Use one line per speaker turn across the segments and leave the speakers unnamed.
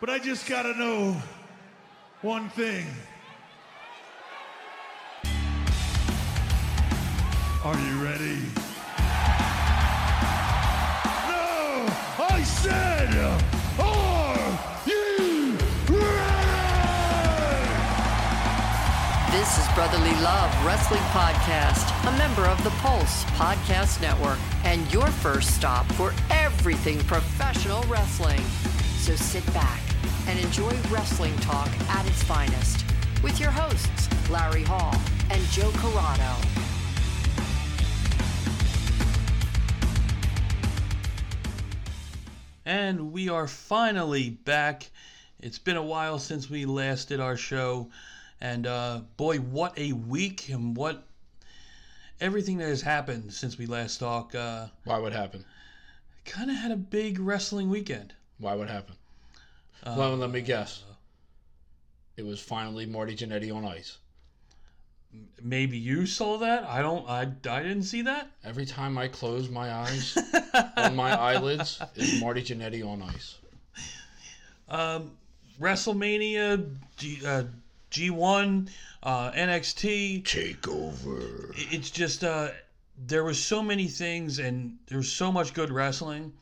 But I just gotta know one thing. Are you ready? No! I said, are you ready?
This is Brotherly Love Wrestling Podcast, a member of the Pulse Podcast Network, and your first stop for everything professional wrestling. So sit back and enjoy wrestling talk at its finest with your hosts, Larry Hall and Joe Corrado.
And we are finally back. It's been a while since we last did our show. And uh, boy, what a week and what everything that has happened since we last talked. Uh,
Why would happen?
kind of had a big wrestling weekend.
Why would happen? well, let me guess. It was finally Marty Jannetty on ice.
Maybe you saw that. I don't. I, I didn't see that.
Every time I close my eyes on my eyelids, is Marty Jannetty on ice.
WrestleMania, G, uh, G1, uh, NXT.
Take over.
it's just uh there was so many things and there's so much good wrestling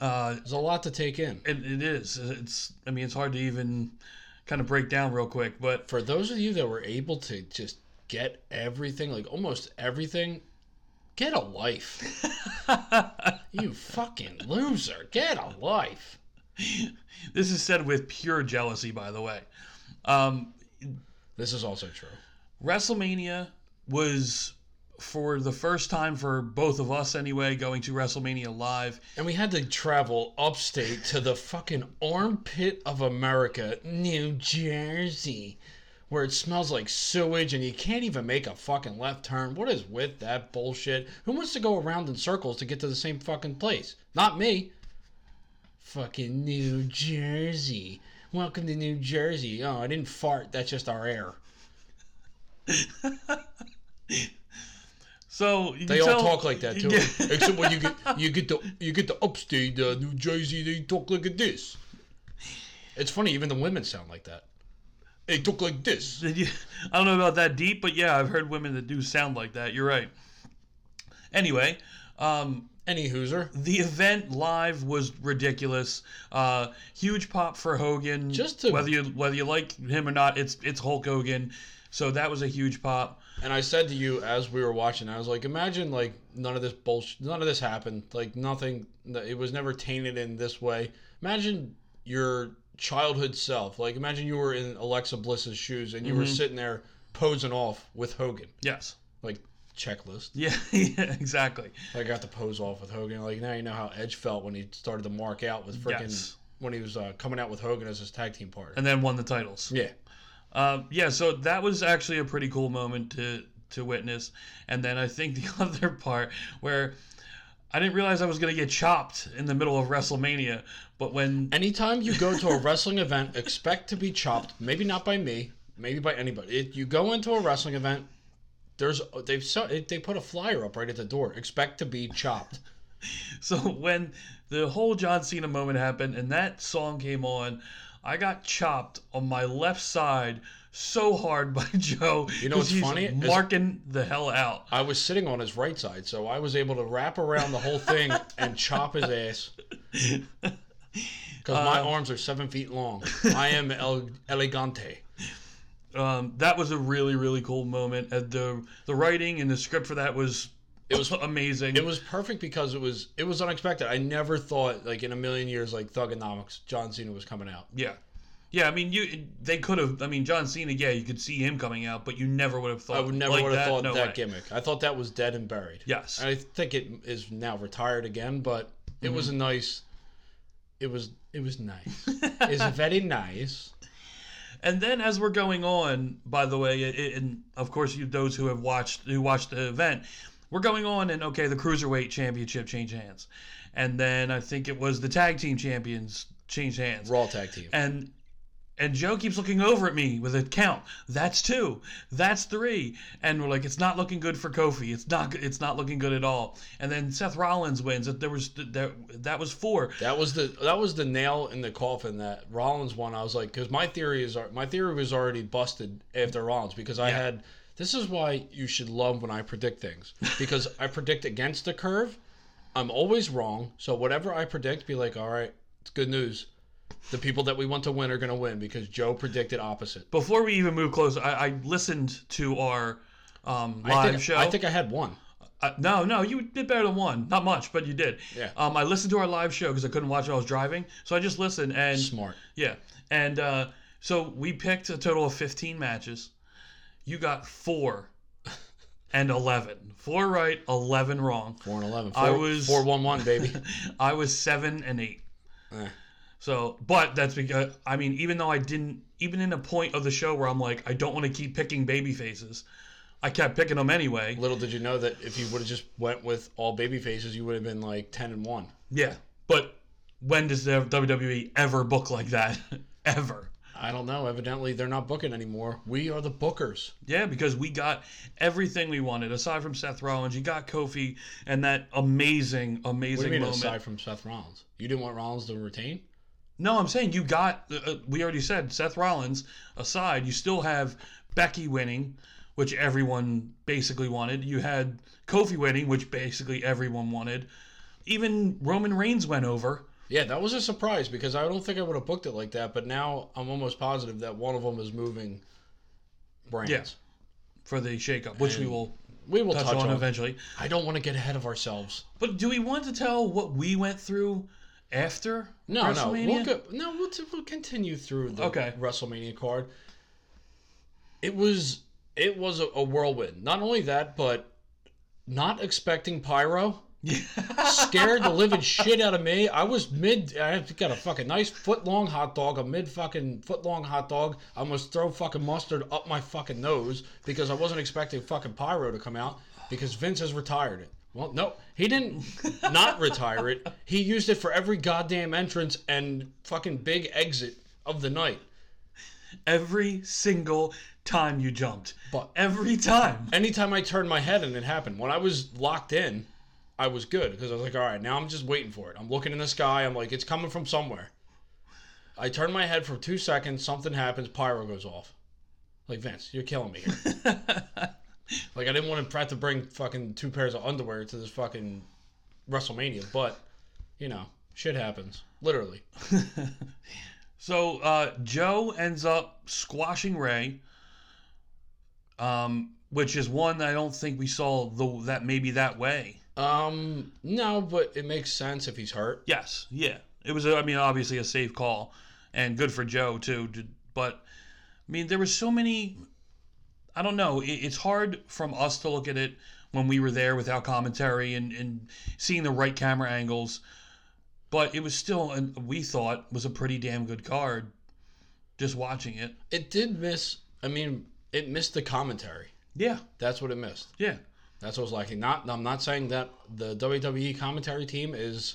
uh
There's a lot to take in.
it, it is it's i mean it's hard to even kind of break down real quick but
For those of you that were able to just get everything, like almost everything, get a life. you fucking loser. Get a life.
this is said with pure jealousy by the way um
This is also true.
wrestlemania was for the first time for both of us anyway going to wrestlemania live
And we had to travel upstate to the fucking armpit of America, New Jersey, where it smells like sewage and you can't even make a fucking left turn. What is with that bullshit? Who wants to go around in circles to get to the same fucking place? Not me. Fucking New Jersey. Welcome to New Jersey. Oh, I didn't fart. That's just our air.
so you
They all
tell-
talk like that too,
Yeah.
except when you get you get the you get the upstate uh, New Jersey. They talk like this. It's funny, even the women sound like that. They talk like this.
Did you- I don't know about that deep, but yeah, I've heard women that do sound like that. You're right. Anyway, um,
Any hooser,
the event live was ridiculous. Uh, huge pop for Hogan.
Just to-
whether you whether you like him or not, it's it's Hulk Hogan. So that was a huge pop.
and I said to you as we were watching, I was like, imagine like none of this bullshit, none of this happened, like nothing. It was never tainted in this way. Imagine your childhood self, like imagine you were in Alexa Bliss's shoes and you
Mm-hmm.
were sitting there posing off with Hogan,
Yes.
like checklist.
Yeah. yeah exactly.
I got the pose off with Hogan. Like now you know how Edge felt when he started to mark out with freaking
Yes.
when he was uh, coming out with Hogan as his tag team partner.
And then won the titles.
yeah,
Um, yeah, so that was actually a pretty cool moment to to witness. And then I think the other part where I didn't realize I was going to get chopped in the middle of WrestleMania, but when
anytime you go to a wrestling event, expect to be chopped. Maybe not by me, maybe by anybody. It, you go into a wrestling event, there's they've so, it, they put a flyer up right at the door. Expect to be chopped.
so when the whole John Cena moment happened and that song came on, I got chopped on my left side so hard by Joe.
You know
'cause
what's
he's
funny is-
Marking the hell out.
I was sitting on his right side, so I was able to wrap around the whole thing and chop his ass. Because
Uh,
my arms are seven feet long. I am el- elegante.
Um, that was a really really cool moment. And the the writing and the script for that was. It was amazing.
It was perfect because it was it was unexpected. I never thought like in a million years like Thugonomics, John Cena was coming out.
Yeah. Yeah, I mean, you they could have. I mean, John Cena. Yeah, you could see him coming out, but you never would have thought.
I would never
like
would have
that,
thought
no
that
way.
gimmick. I thought that was dead and buried.
Yes.
And I think it is now retired again, but it was a
Mm-hmm.
nice. It was it was nice. it's very nice.
And then as we're going on, by the way, it, it- and of course you those who have watched who watched the event, we're going on and okay, the cruiserweight championship changed hands, and then I think it was the tag team champions changed hands,
Raw tag team.
and And Joe keeps looking over at me with a count. That's two. That's three. And we're like, it's not looking good for Kofi. It's not. go- It's not looking good at all. And then Seth Rollins wins. There was that. That was four.
That was the that was the nail in the coffin that Rollins won. I was like, because my theory is my theory was already busted after Rollins because I had this is why you should love when I predict things because I predict against the curve. I'm always wrong, so whatever I predict, be like, all right, it's good news. The people that we want to win are going to win because Joe predicted opposite.
Before we even move close, I, I listened to our um, live
I think,
show.
I think I had one.
Uh, no, no, you did better than one. Not much, but you did.
Yeah.
Um, I listened to our live show because I couldn't watch it. I was driving, so I just listened and
Smart.
yeah, and uh, so we picked a total of fifteen matches. You got four and eleven. Four right, eleven wrong.
Four and eleven. Four,
I was-
four one one baby.
I was seven and eight.
Eh.
So, but that's because I mean, even though I didn't, even in a point of the show where I'm like, I don't want to keep picking baby faces, I kept picking them anyway.
Little did you know that if you would have just went with all baby faces, you would have been like ten and one.
Yeah, but when does the WWE ever book like that? ever?
I don't know. Evidently, they're not booking anymore. We are the bookers.
Yeah, because we got everything we wanted aside from Seth Rollins. You got Kofi and that amazing, amazing
What do you mean
moment.
aside from Seth Rollins? You didn't want Rollins to retain?
No, I'm saying you got. uh, Uh, we already said Seth Rollins aside. You still have Becky winning, which everyone basically wanted. You had Kofi winning, which basically everyone wanted. Even Roman Reigns went over.
Yeah, that was a surprise because I don't think I would have booked it like that. But now I'm almost positive that one of them is moving brands.
Yeah. for the shakeup, which we
And
will
We will
touch, on, eventually.
I don't want to get ahead of ourselves.
But do we want to tell what we went through after
No, no,
WrestleMania?
we'll go, no, we'll, t- we'll continue through the
Okay.
WrestleMania card. It was it was a, a whirlwind. Not only that, but not expecting pyro. scared the living shit out of me. I was mid. I got a fucking nice foot long hot dog, a mid fucking foot long hot dog. I almost throw fucking mustard up my fucking nose because I wasn't expecting fucking pyro to come out because Vince has retired it. Well, no, he didn't not retire it. He used it for every goddamn entrance and fucking big exit of the night.
Every single time you jumped,
But-
every time.
anytime I turned my head and it happened. When I was locked in, I was good because I was like, all right, now I'm just waiting for it. I'm looking in the sky. I'm like, it's coming from somewhere. I turn my head for two seconds. Something happens. Pyro goes off. Like Vince, you're killing me here. like I didn't want to have to bring fucking two pairs of underwear to this fucking WrestleMania, but you know, shit happens. Literally.
So uh, Joe ends up squashing Ray, um, which is one that I don't think we saw the, that maybe that way.
Um, no, but it makes sense if he's hurt.
Yes, yeah, it was. uh, I mean, obviously a safe call, and good for Joe too. d- But I mean, there were so many. I don't know. It, it's hard from us to look at it when we were there without commentary and, and seeing the right camera angles. But it was still, an, we thought, was a pretty damn good card. Just watching it.
It did miss. I mean, it missed the commentary.
Yeah,
That's what it missed.
yeah.
That's what was lacking. Not I'm not saying that the WWE commentary team is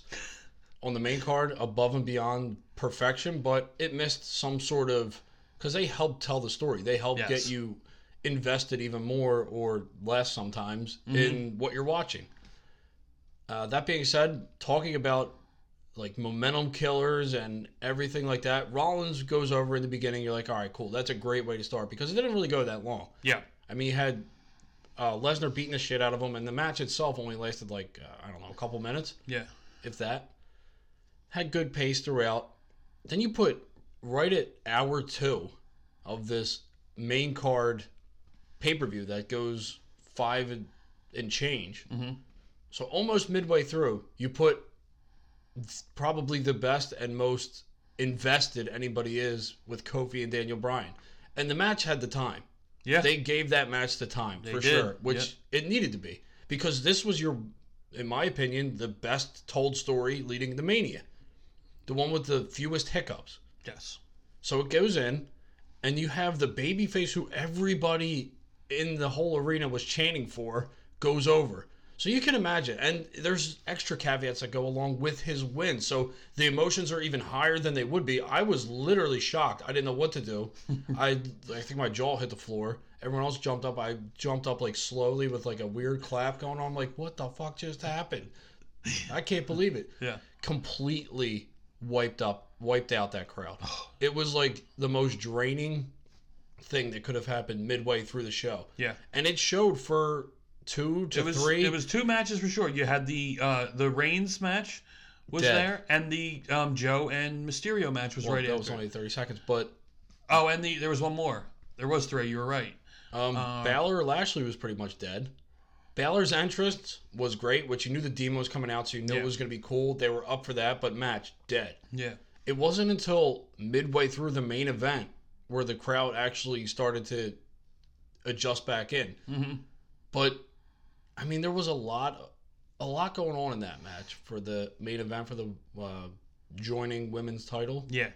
on the main card above and beyond perfection, but it missed some sort of because they helped tell the story. They helped
Yes.
get you invested even more or less sometimes in what you're watching. Uh, that being said, talking about like momentum killers and everything like that, Rollins goes over in the beginning. You're like, all right, cool. That's a great way to start because it didn't really go that long.
Yeah.
I mean, he had uh, Lesnar beating the shit out of him, and the match itself only lasted like uh, I don't know, a couple minutes,
Yeah.
if that. Had good pace throughout. Then you put right at hour two of this main card pay per view that goes five and, and change. So almost midway through, you put th- probably the best and most invested anybody is with Kofi and Daniel Bryan, and the match had the time
Yeah.
they gave that match the time for
did,
sure, which it needed to be because this was your, in my opinion, the best told story leading the Mania, the one with the fewest hiccups.
yes.
So it goes in, and you have the babyface who everybody in the whole arena was chanting for goes over. So you can imagine, and there's extra caveats that go along with his win. So the emotions are even higher than they would be. I was literally shocked. I didn't know what to do. I I think my jaw hit the floor. Everyone else jumped up. I jumped up like slowly with like a weird clap going on. I'm like, what the fuck just happened? I can't believe it.
Yeah.
Completely wiped up, wiped out that crowd. It was like the most draining thing that could have happened midway through the show.
Yeah.
And it showed for two to
It was
three.
it was two matches for sure. You had the uh the Reigns match was
Dead.
there and the um Joe and Mysterio match was
Well,
right
that
after.
was only 30 seconds, but
oh, and the there was one more. There was three, you were right.
um, Balor Lashley was pretty much dead. Balor's entrance was great, which you knew the demon was coming out, so you knew
Yeah.
it was going to be cool. They were up for that, but match dead.
Yeah.
It wasn't until midway through the main event where the crowd actually started to adjust back in.
Mhm.
But I mean, there was a lot, a lot going on in that match for the main event for the uh, joining women's title.
Yeah.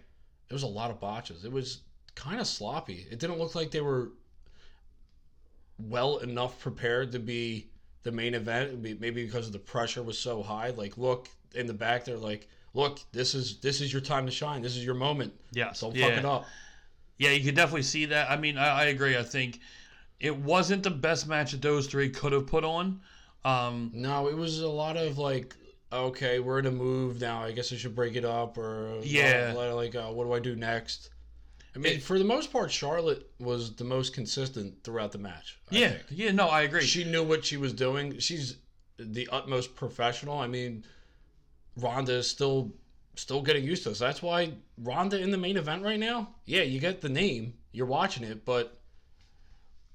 There was a lot of botches. It was kind of sloppy. It didn't look like they were well enough prepared to be the main event. Be- Maybe because the pressure was so high. Like, look in the back, they're like, "Look, this is this is your time to shine. This is your moment.
Yes.
Don't
yeah.
fuck it up."
Yeah, you could definitely see that. I mean, I, I agree. I think it wasn't the best match that those three could have put on. Um,
No, it was a lot of like, okay, we're in a move now. I guess I should break it up, or
Yeah.
like, like, uh, what do I do next? I mean, for the most part, Charlotte was the most consistent throughout the match. I
yeah,
think.
yeah, no, I agree.
she knew what she was doing. She's the utmost professional. I mean, Ronda is still still getting used to this. That's why Ronda in the main event right now. Yeah, you get the name, you're watching it, but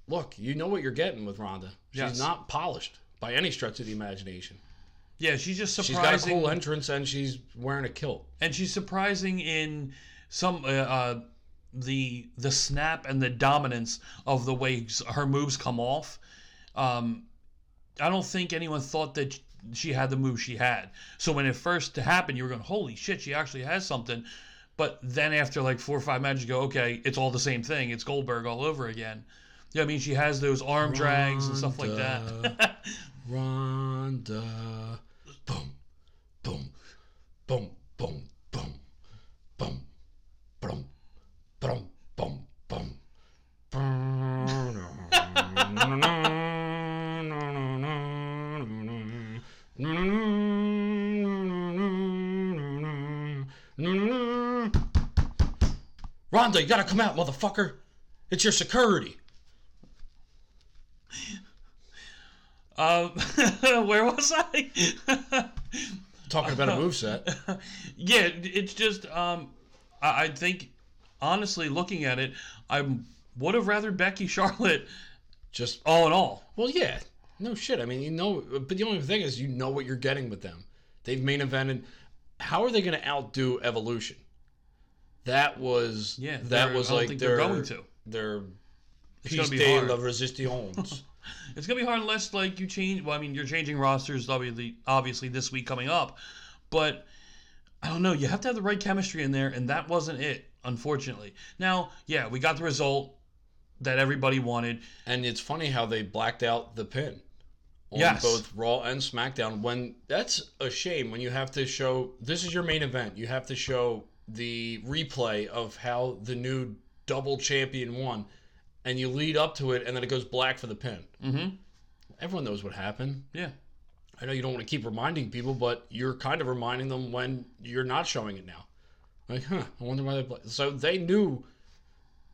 look, you know what you're getting with Ronda. She's
Yes.
not polished by any stretch of the imagination.
yeah, she's just
She's got a
surprising,
cool entrance and she's wearing a kilt.
and she's surprising in some uh, uh, the the snap and the dominance of the way s- her moves come off. Um, I don't think anyone thought that sh- she had the move she had. So when it first happened, you were going, "Holy shit, she actually has something." But then after like four or five matches, you go, "Okay, it's all the same thing. It's Goldberg all over again." Yeah, I mean, she has those arm drags and stuff like that.
Ronda, boom, boom, boom, boom, boom, boom, boom, boom, boom, boom. Ronda, you gotta come out, motherfucker. It's your security.
uh, where was I?
Talking about a moveset.
Yeah, it's just um, I, I think honestly looking at it, I would have rather Becky Charlotte
Just oh,
all in all.
Well, yeah, no shit. I mean, you know, but the only thing is, you know what you're getting with them. They've main evented. How are they going to outdo Evolution? That was
Yeah,
That
they're- I
was
don't
like
think
their,
they're going to.
Their
gonna
piece
be
de
hard.
la resistance.
It's gonna be hard unless like you change. Well, I mean, you're changing rosters obviously, obviously this week coming up, but I don't know. You have to have the right chemistry in there, and that wasn't it, unfortunately. Now, yeah, we got the result that everybody wanted.
and it's funny how they blacked out the pin on
Yes.
both Raw and SmackDown. When that's a shame. When you have to show this is your main event, you have to show the replay of how the new double champion won, and you lead up to it, and then it goes black for the pin.
Mhm.
Everyone knows what happened.
Yeah,
I know you don't want to keep reminding people, but you're kind of reminding them when you're not showing it now. Like, huh? I wonder why they. Play. So they knew.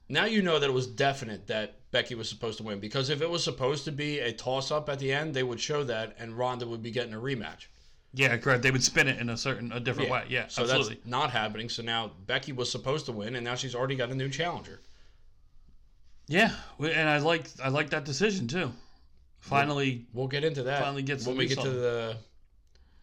Now you know that it was definite that Becky was supposed to win because if it was supposed to be a toss-up at the end, they would show that, and Ronda would be getting a rematch.
yeah, correct. They would spin it in a certain, a different way. Yeah,
So
absolutely.
that's not happening. So now Becky was supposed to win, and now she's already got a new challenger.
Yeah, and I like, I like that decision too. Finally,
We'll get into that
Finally gets to
when we
do
get to
something.
the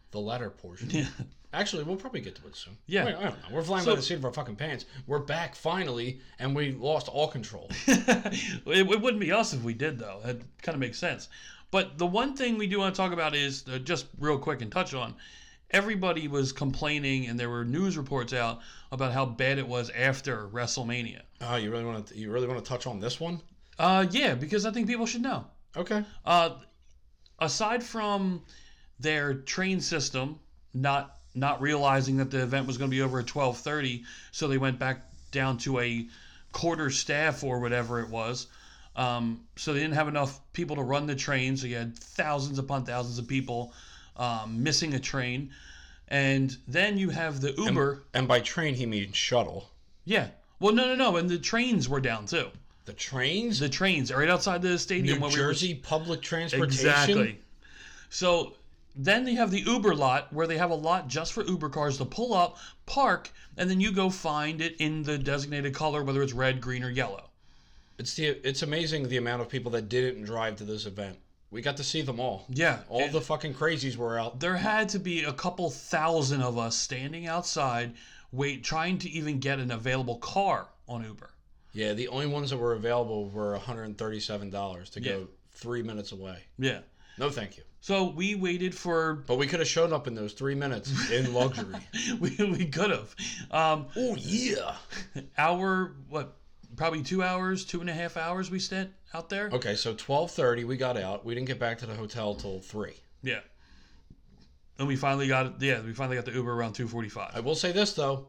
the latter portion. Actually, we'll probably get to it soon.
Yeah.
Wait, I don't know. We're flying by the seat of our fucking pants. We're back finally, and we lost all control.
it, it wouldn't be us if we did, though. That kind of makes sense. But the one thing we do want to talk about is uh, just real quick and touch on. Everybody was complaining, and there were news reports out about how bad it was after WrestleMania.
oh, you really want to? You really want to touch on this one?
Uh, yeah, because I think people should know.
Okay.
Uh, aside from their train system not not realizing that the event was going to be over at 12:30, so they went back down to a quarter staff or whatever it was. Um, so they didn't have enough people to run the train, so you had thousands upon thousands of people um, missing a train. And then you have the Uber.
And by train, he means shuttle.
yeah. Well, no, no, no. And the trains were down too.
The trains?
The trains right outside the stadium.
New
when we were-
Jersey public transportation?
Exactly. So then they have the Uber lot where they have a lot just for Uber cars to pull up, park, and then you go find it in the designated color, whether it's red, green, or yellow.
It's, the, it's amazing the amount of people that didn't drive to this event. We got to see them all.
Yeah.
All the fucking crazies were out.
There had to be a couple thousand of us standing outside, wait, trying to even get an available car on Uber.
Yeah, the only ones that were available were $137 to
Yeah.
go three minutes away.
Yeah.
No, thank you.
So we waited for.
But we could have shown up in those three minutes in luxury.
We, we could have. Um,
oh, yeah.
hour, what, probably two hours, two and a half hours we spent out there?
Okay, so 12.30, we got out. We didn't get back to the hotel till 3.
Yeah. And we finally got yeah, we finally got the Uber around two forty
I
five.
will say this though,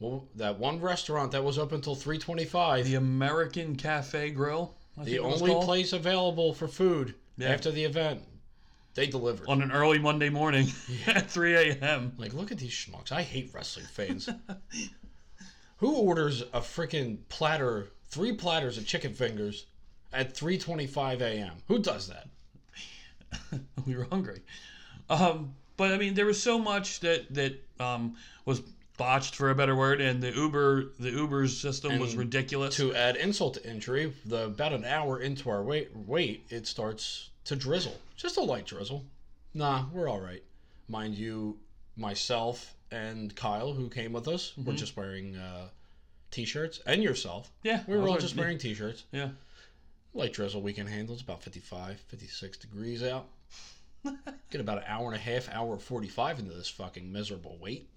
well, that one restaurant that was open until three twenty-five,
The American Cafe Grill. I
the
think it was
only
called,
place available for food
Yeah.
after the event, they delivered.
on an early Monday morning at three a.m.
like, look at these schmucks. I hate wrestling fans. Who orders a freaking platter, three platters of chicken fingers, at three twenty-five a.m.? Who does that?
We were hungry, um, but I mean there was so much that that um, was botched for a better word, and the Uber the Uber's system was
And
ridiculous.
To add insult to injury, the about an hour into our wait, wait, it starts to drizzle. Just a light drizzle. Nah, we're all right. Mind you, myself and Kyle, who came with us, were just wearing uh, t-shirts, and yourself.
Yeah,
we were
I
all
was
just
wearing-
wearing t-shirts.
yeah,
Light drizzle we can handle. It's about 55, 56 degrees out. Get about an hour and a half, hour 45 into this fucking miserable wait.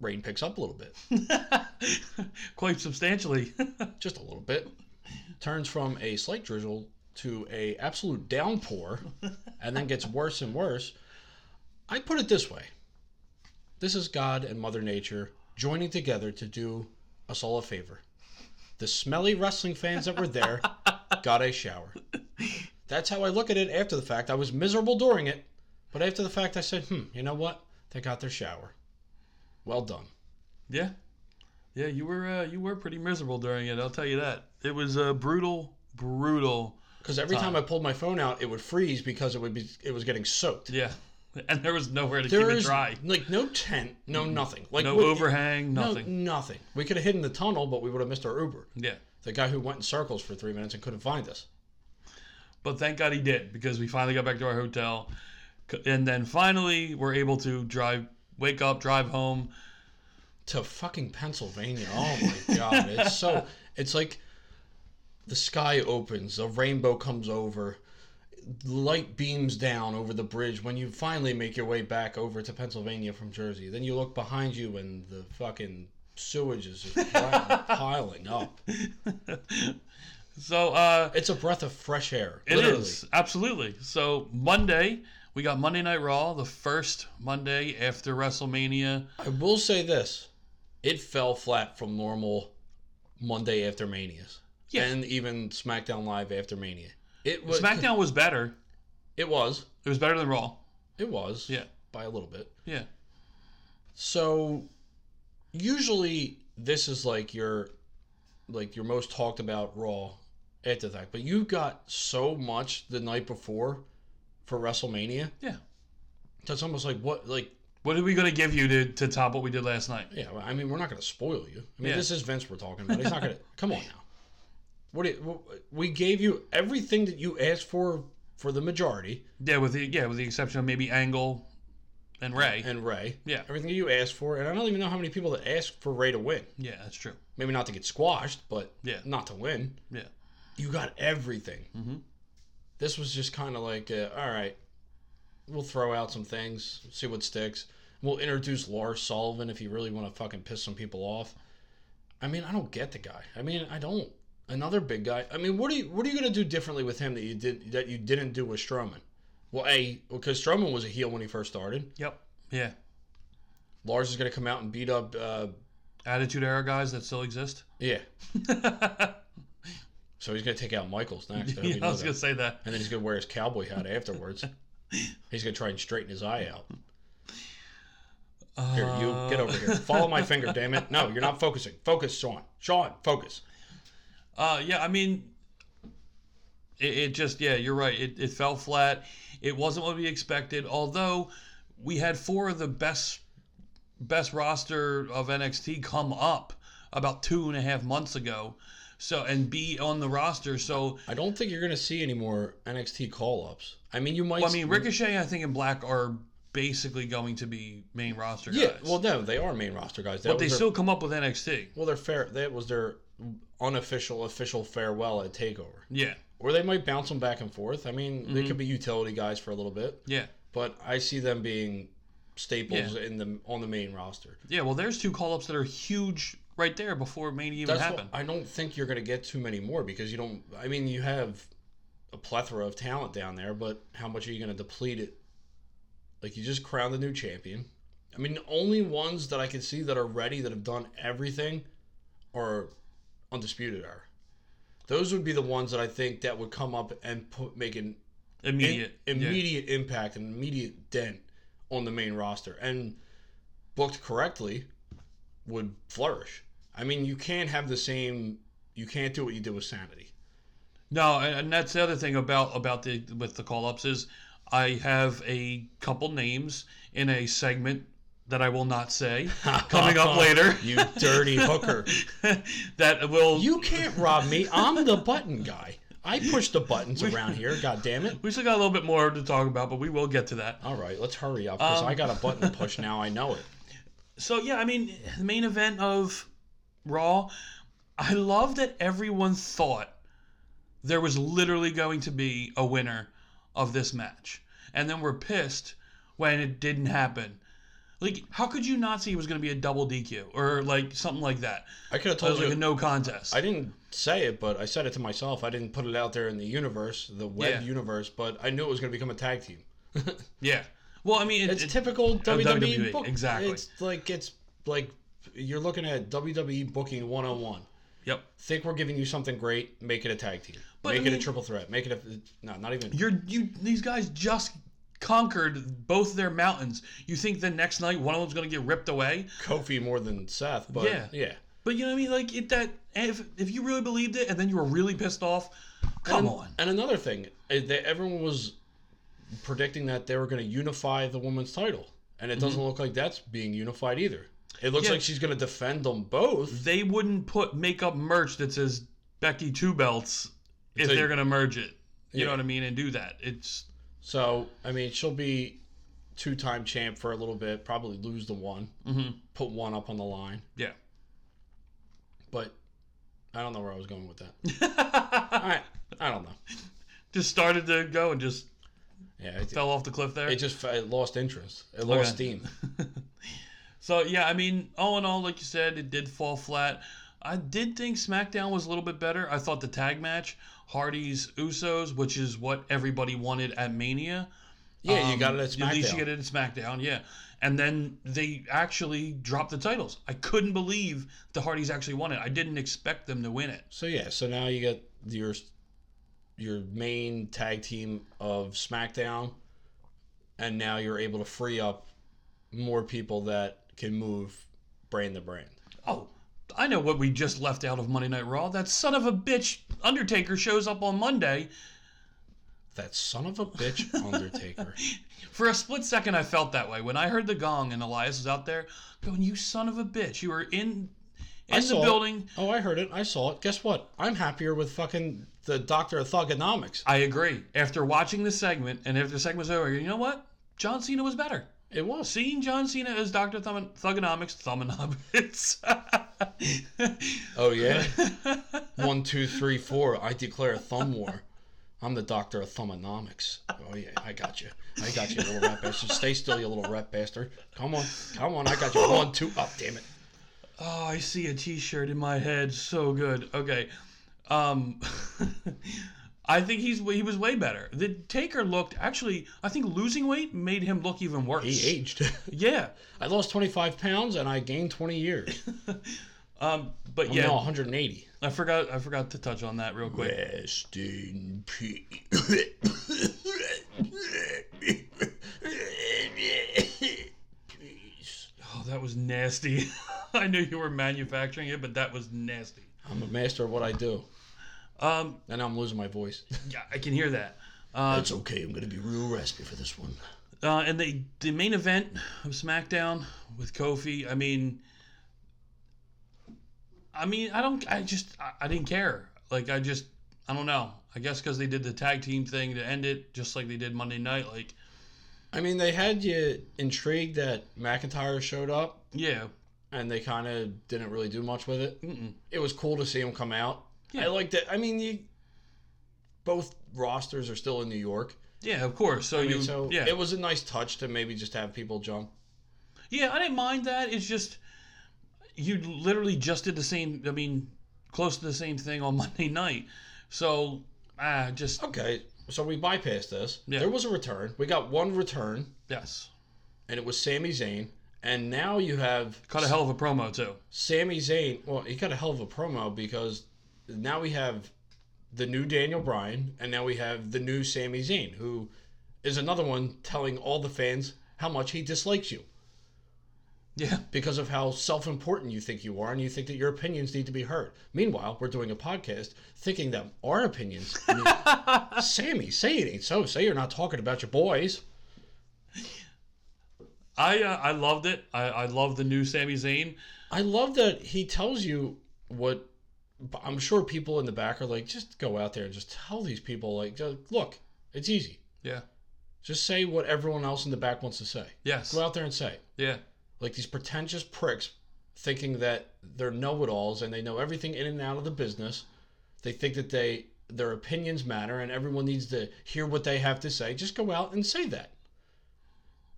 Rain picks up a little bit.
quite substantially.
just a little bit turns from a slight drizzle to a absolute downpour and then gets worse and worse i put it this way this is god and mother nature joining together to do us all a favor the smelly wrestling fans that were there got a shower that's how i look at it after the fact i was miserable during it but after the fact i said hmm you know what they got their shower well done
yeah, yeah, you were uh, you were pretty miserable during it. I'll tell you that. It was uh, brutal, brutal.
Because every time I pulled my phone out, it would freeze because it would be it was getting soaked.
Yeah, and there was nowhere to keep it
is,
dry.
like no tent, no nothing, like
No
we-
overhang,
no-
nothing.
nothing. We could have hidden the tunnel, but we would have missed our Uber.
Yeah.
The guy who went in circles for three minutes and couldn't find us.
But thank God he did because we finally got back to our hotel. C- And then finally, we're able to drive, wake up, drive home.
to fucking Pennsylvania. Oh my god, it's so it's like the sky opens, a rainbow comes over, light beams down over the bridge when you finally make your way back over to Pennsylvania from Jersey. Then you look behind you and the fucking sewage is just pi- piling up.
So uh,
It's a breath of fresh air.
it is
literally.
Absolutely. So Monday, we got Monday Night Raw, the first Monday after WrestleMania.
I will say this. It fell flat from normal Monday after Manias.
Yeah.
And even SmackDown Live after Mania. It was
SmackDown was better.
It was.
It was better than Raw.
It was.
Yeah.
By a little bit.
Yeah.
So usually this is like your like your most talked about Raw after that. But you got so much the night before for WrestleMania.
Yeah.
That's almost like what like
What are we going to give you to, to top what we did last night?
yeah, I mean we're not gonna spoil you. I mean
Yeah.
this is Vince we're talking about. He's not gonna come on now. What do you, we gave you everything that you asked for for the majority
Yeah, with the yeah, with the exception of maybe Angle and Ray.
and Ray.
Yeah.
Everything that you asked for, and I don't even know how many people that asked for Ray to win.
yeah, that's true.
maybe not to get squashed, but
Yeah.
not to win.
Yeah.
You got everything. This was just kind of like, uh, all right, we'll throw out some things, see what sticks. We'll introduce Lars Sullivan if you really want to fucking piss some people off. I mean, I don't get the guy. I mean, I don't. Another big guy. I mean, what are you what are you gonna do differently with him that you did that you didn't do with Strowman? Well, a because Strowman was a heel when he first started.
Yep. Yeah.
Lars is going to come out and beat up. Uh,
Attitude era guys that still exist.
yeah. so he's going to take out Michaels next. I hope you
Yeah, I
know
was
that.
gonna say that.
and then he's going to wear his cowboy hat afterwards. he's going to try and straighten his eye out. Here, you get over
Uh.
here. Follow my finger, damn it. No, you're not focusing. Focus, Sean. Sean, focus.
Uh, yeah, I mean, it, it just yeah, you're right. It, it fell flat. It wasn't what we expected. Although we had four of the best best roster of NXT come up about two and a half months ago, so and be on the roster. So
I don't think you're going to see any more NXT call ups. I mean, you might.
I mean, Ricochet, I think, and Black are basically going to be main roster guys.
Yeah, well, no, they are main roster guys. That
but they
was their-
still come up with NXT.
Well, their fair that was their unofficial official farewell at Takeover,
Yeah,
or they might bounce them back and forth. I mean, they could be utility guys for a little bit,
Mm-hmm. yeah.
but I see them being staples
Yeah.
in the on the main roster.
Yeah, well, there's two call ups that are huge right there before Mania even
That's
happened.
what, I don't think you're going to get too many more because you don't. I mean, you have a plethora of talent down there, but how much are you going to deplete it? Like you just crowned a new champion. I mean, the only ones that I can see that are ready that have done everything are undisputed are. Those would be the ones that I think that would come up and put make an in-
immediate. yeah.
immediate impact, an immediate dent on the main roster, and booked correctly would flourish. I mean, you can't have the same. You can't do what you did with Sanity.
No, and, and that's the other thing about about the with the call ups is I have a couple names in a segment that I will not say coming up later
you dirty hooker.
that will
You can't rob me. I'm the button guy. I push the buttons around here. God damn it.
we still got a little bit more to talk about, but we will get to that.
All right, let's hurry up
Um,
because I got a button to push now. I know it.
So yeah, I mean, the main event of Raw, I love that everyone thought there was literally going to be a winner of this match, and then we're pissed when it didn't happen. Like, how could you not see it was going to be a double DQ or like something like that?
I could have
It was
told
like
you.
a no contest.
I didn't say it, but I said it to myself. I didn't put it out there in the universe, the web
Yeah.
universe, but I knew it was going to become a tag team.
yeah. Well, I mean, it,
It's
it-
typical WWE,
WWE,
book.
E, exactly.
It's like it's like you're looking at WWE booking one on one.
Yep.
Think we're giving you something great, make it a tag team.
But,
make
I
it
mean-
a triple threat. Make it a no, not even
You're you. These guys just conquered both their mountains. You think the next night one of them's going to get ripped away?
Kofi more than Seth, but
Yeah.
yeah.
But you know what I mean? Like it, that if if you really believed it and then you were really pissed off, come on.
And another thing, eh, that everyone was predicting that they were going to unify the women's title, and it doesn't look like that's being unified either. It looks
Mm-hmm. Yeah.
like she's going to defend them both.
They wouldn't put makeup merch that says Becky Two Belts if
They-
they're gonna merge it. You know
Yeah.
what I mean? And do that. It's
So I mean, she'll be two-time champ for a little bit. Probably lose the one,
Mhm.
put one up on the line.
yeah.
But I don't know where I was going with that. I I don't know.
Just started to go and just
Yeah, it,
fell off the cliff there.
it just it lost interest. It lost
Okay.
steam.
So yeah, I mean, all in all, like you said, it did fall flat. I did think SmackDown was a little bit better. I thought the tag match, Hardy's Usos, which is what everybody wanted at Mania.
Yeah, you
Um,
got it at
At least you
SmackDown.
get it at SmackDown, yeah. And then they actually dropped the titles. I couldn't believe the Hardys actually won it. I didn't expect them to win it.
So yeah, so now you got your your main tag team of SmackDown, and now you're able to free up more people that can move brand to brand.
Oh, I know what we just left out of Monday Night Raw. That son of a bitch Undertaker shows up on Monday.
That son of a bitch Undertaker.
For a split second, I felt that way when I heard the gong and Elias was out there going, "You son of a bitch! You were in
I
in the
saw it.
building."
Oh, I heard it. I saw it. Guess what? I'm happier with fucking the Doctor of Thugonomics.
I agree. After watching the segment and after the segment was over, I go, you know what? John Cena was better.
It was.
Seeing John Cena as Doctor Thumb- Thugonomics, Thugonomics.
Oh yeah. One, two, three, four. I declare a thumb war. I'm the doctor of thumbnomics. Oh yeah, I got you. I got you, you little rat bastard. Stay still, you little rat bastard. Come on, come on. I got you. One, two. Up, damn it.
Oh, I see a T-shirt in my head. So good. Okay, um, I think he's he was way better. The Taker looked actually. I think losing weight made him look even worse.
He aged.
Yeah,
I lost 25 pounds and I gained 20 years.
but
I'm
yeah,
now 180.
I forgot. I forgot to touch on that real quick.
Rest in peace.
Oh, that was nasty. I knew you were manufacturing it, but that was nasty.
I'm a master of what I do.
Um,
And I'm losing my voice.
yeah, I can hear that. Uh,
It's okay. I'm going to be real raspy for this one.
uh, and the the main event of SmackDown with Kofi. I mean, I mean, I don't. I just I, I didn't care. Like I just I don't know. I guess because they did the tag team thing to end it, just like they did Monday night. Like
I mean, they had you intrigued that McIntyre showed up,
yeah,
and they kind of didn't really do much with it. Mm-mm. It was cool to see him come out.
Yeah.
I liked it. I mean, you, both rosters are still in New York.
yeah, of course. So
I mean,
you
so
yeah.
it was a nice touch to maybe just have people jump.
Yeah, I didn't mind that. It's just you literally just did the same. I mean, close to the same thing on Monday night. So ah, just
Okay, so we bypassed this.
Yeah.
There was a return. We got one return,
yes,
and it was Sami Zayn. And now you have
cut a hell of a promo too.
Sami Zayn. Well, he got a hell of a promo because now we have the new Daniel Bryan, and now we have the new Sami Zayn, who is another one telling all the fans how much he dislikes you
Yeah,
because of how self-important you think you are, and you think that your opinions need to be heard. Meanwhile, we're doing a podcast thinking that our opinions. Sammy, say it ain't so. Say you're not talking about your boys.
I uh, I loved it. I I love the new Sami Zayn.
I love that he tells you what I'm sure people in the back are like, just go out there and just tell these people, like, just, look, it's easy.
Yeah.
Just say what everyone else in the back wants to say.
Yes.
Go out there and say it.
yeah.
Like these pretentious pricks thinking that they're know it alls and they know everything in and out of the business. They think that they their opinions matter and everyone needs to hear what they have to say. Just go out and say that.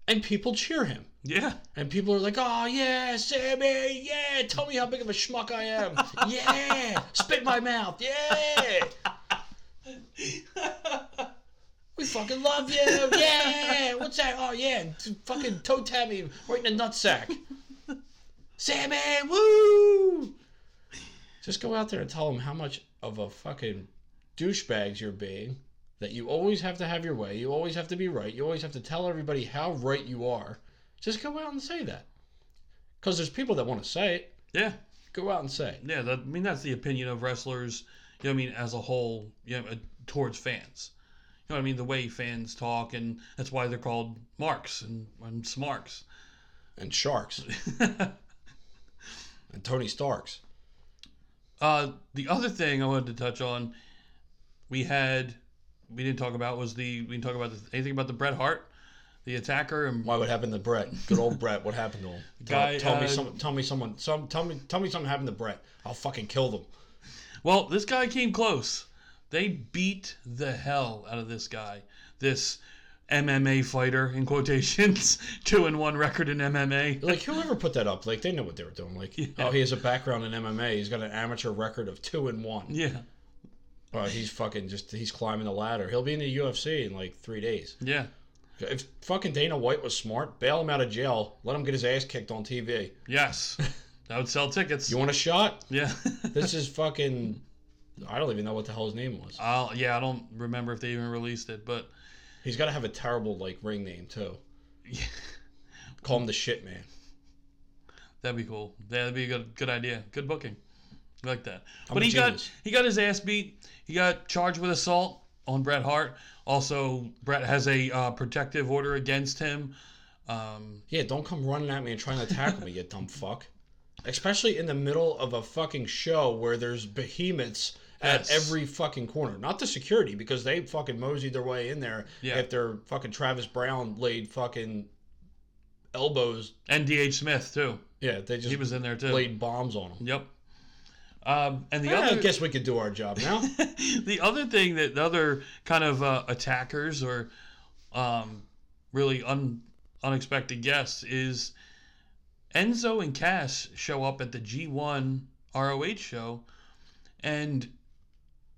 And people cheer him.
Yeah.
And people are like, oh, yeah, Sammy, yeah, tell me how big of a schmuck I am. Yeah, spit in my mouth, yeah. We fucking love you, yeah. What's that? Oh, yeah, t- fucking toe tap me right in the nutsack. Sammy, woo! Just go out there and tell them how much of a fucking douchebags you're being. That you always have to have your way, you always have to be right, you always have to tell everybody how right you are. Just go out and say that. Because there's people that want to say it.
Yeah.
Go out and say it.
Yeah. That, I mean, that's the opinion of wrestlers. You know, what I mean, as a whole, you know, uh, towards fans. You know, what I mean, the way fans talk, and that's why they're called marks and, and smarks.
And sharks. and Tony Starks.
Uh, the other thing I wanted to touch on, we had, we didn't talk about was the we didn't talk about the, anything about the Bret Hart, the attacker and
Why what happened to Brett? Good old Brett. What happened to him? Tell-
Guy,
tell, me
uh,
some, tell me someone. Some tell me tell me something happened to Brett. I'll fucking kill them.
well, this guy came close. They beat the hell out of this guy, this MMA fighter in quotations, two and one record in MMA.
Like whoever put that up, like they know what they were doing. Like oh, he has a background in MMA. He's got an amateur record of two and one.
Yeah,
Oh, he's fucking just he's climbing the ladder. He'll be in the UFC in like three days.
yeah,
If fucking Dana White was smart, bail him out of jail. Let him get his ass kicked on TV.
yes, that would sell tickets.
You want a shot?
Yeah,
This is fucking. I don't even know what the hell his name was.
I'll, yeah, I don't remember if they even released it, but
He's got to have a terrible like ring name too. Call him the shit man.
That'd be cool. That'd be a good good idea. Good booking. I like that.
I'm
but
a
he got
genius.
he got his ass beat. He got charged with assault on Bret Hart. Also, Bret has a uh, protective order against him. Um,
Yeah, don't come running at me and trying to tackle me, you dumb fuck. Especially in the middle of a fucking show where there's behemoths
Yes.
at every fucking corner. Not the security because they fucking moseyed their way in there
Yeah.
after fucking Travis Brown laid fucking elbows.
and D.H. Smith too.
Yeah, they just
He was in there too.
laid bombs on him.
Yep. Um, and the
Yeah, I
other
guess we could do our job now.
the other thing that the other kind of uh, attackers or um, really un, unexpected guests is Enzo and Cass show up at the G1 ROH show, and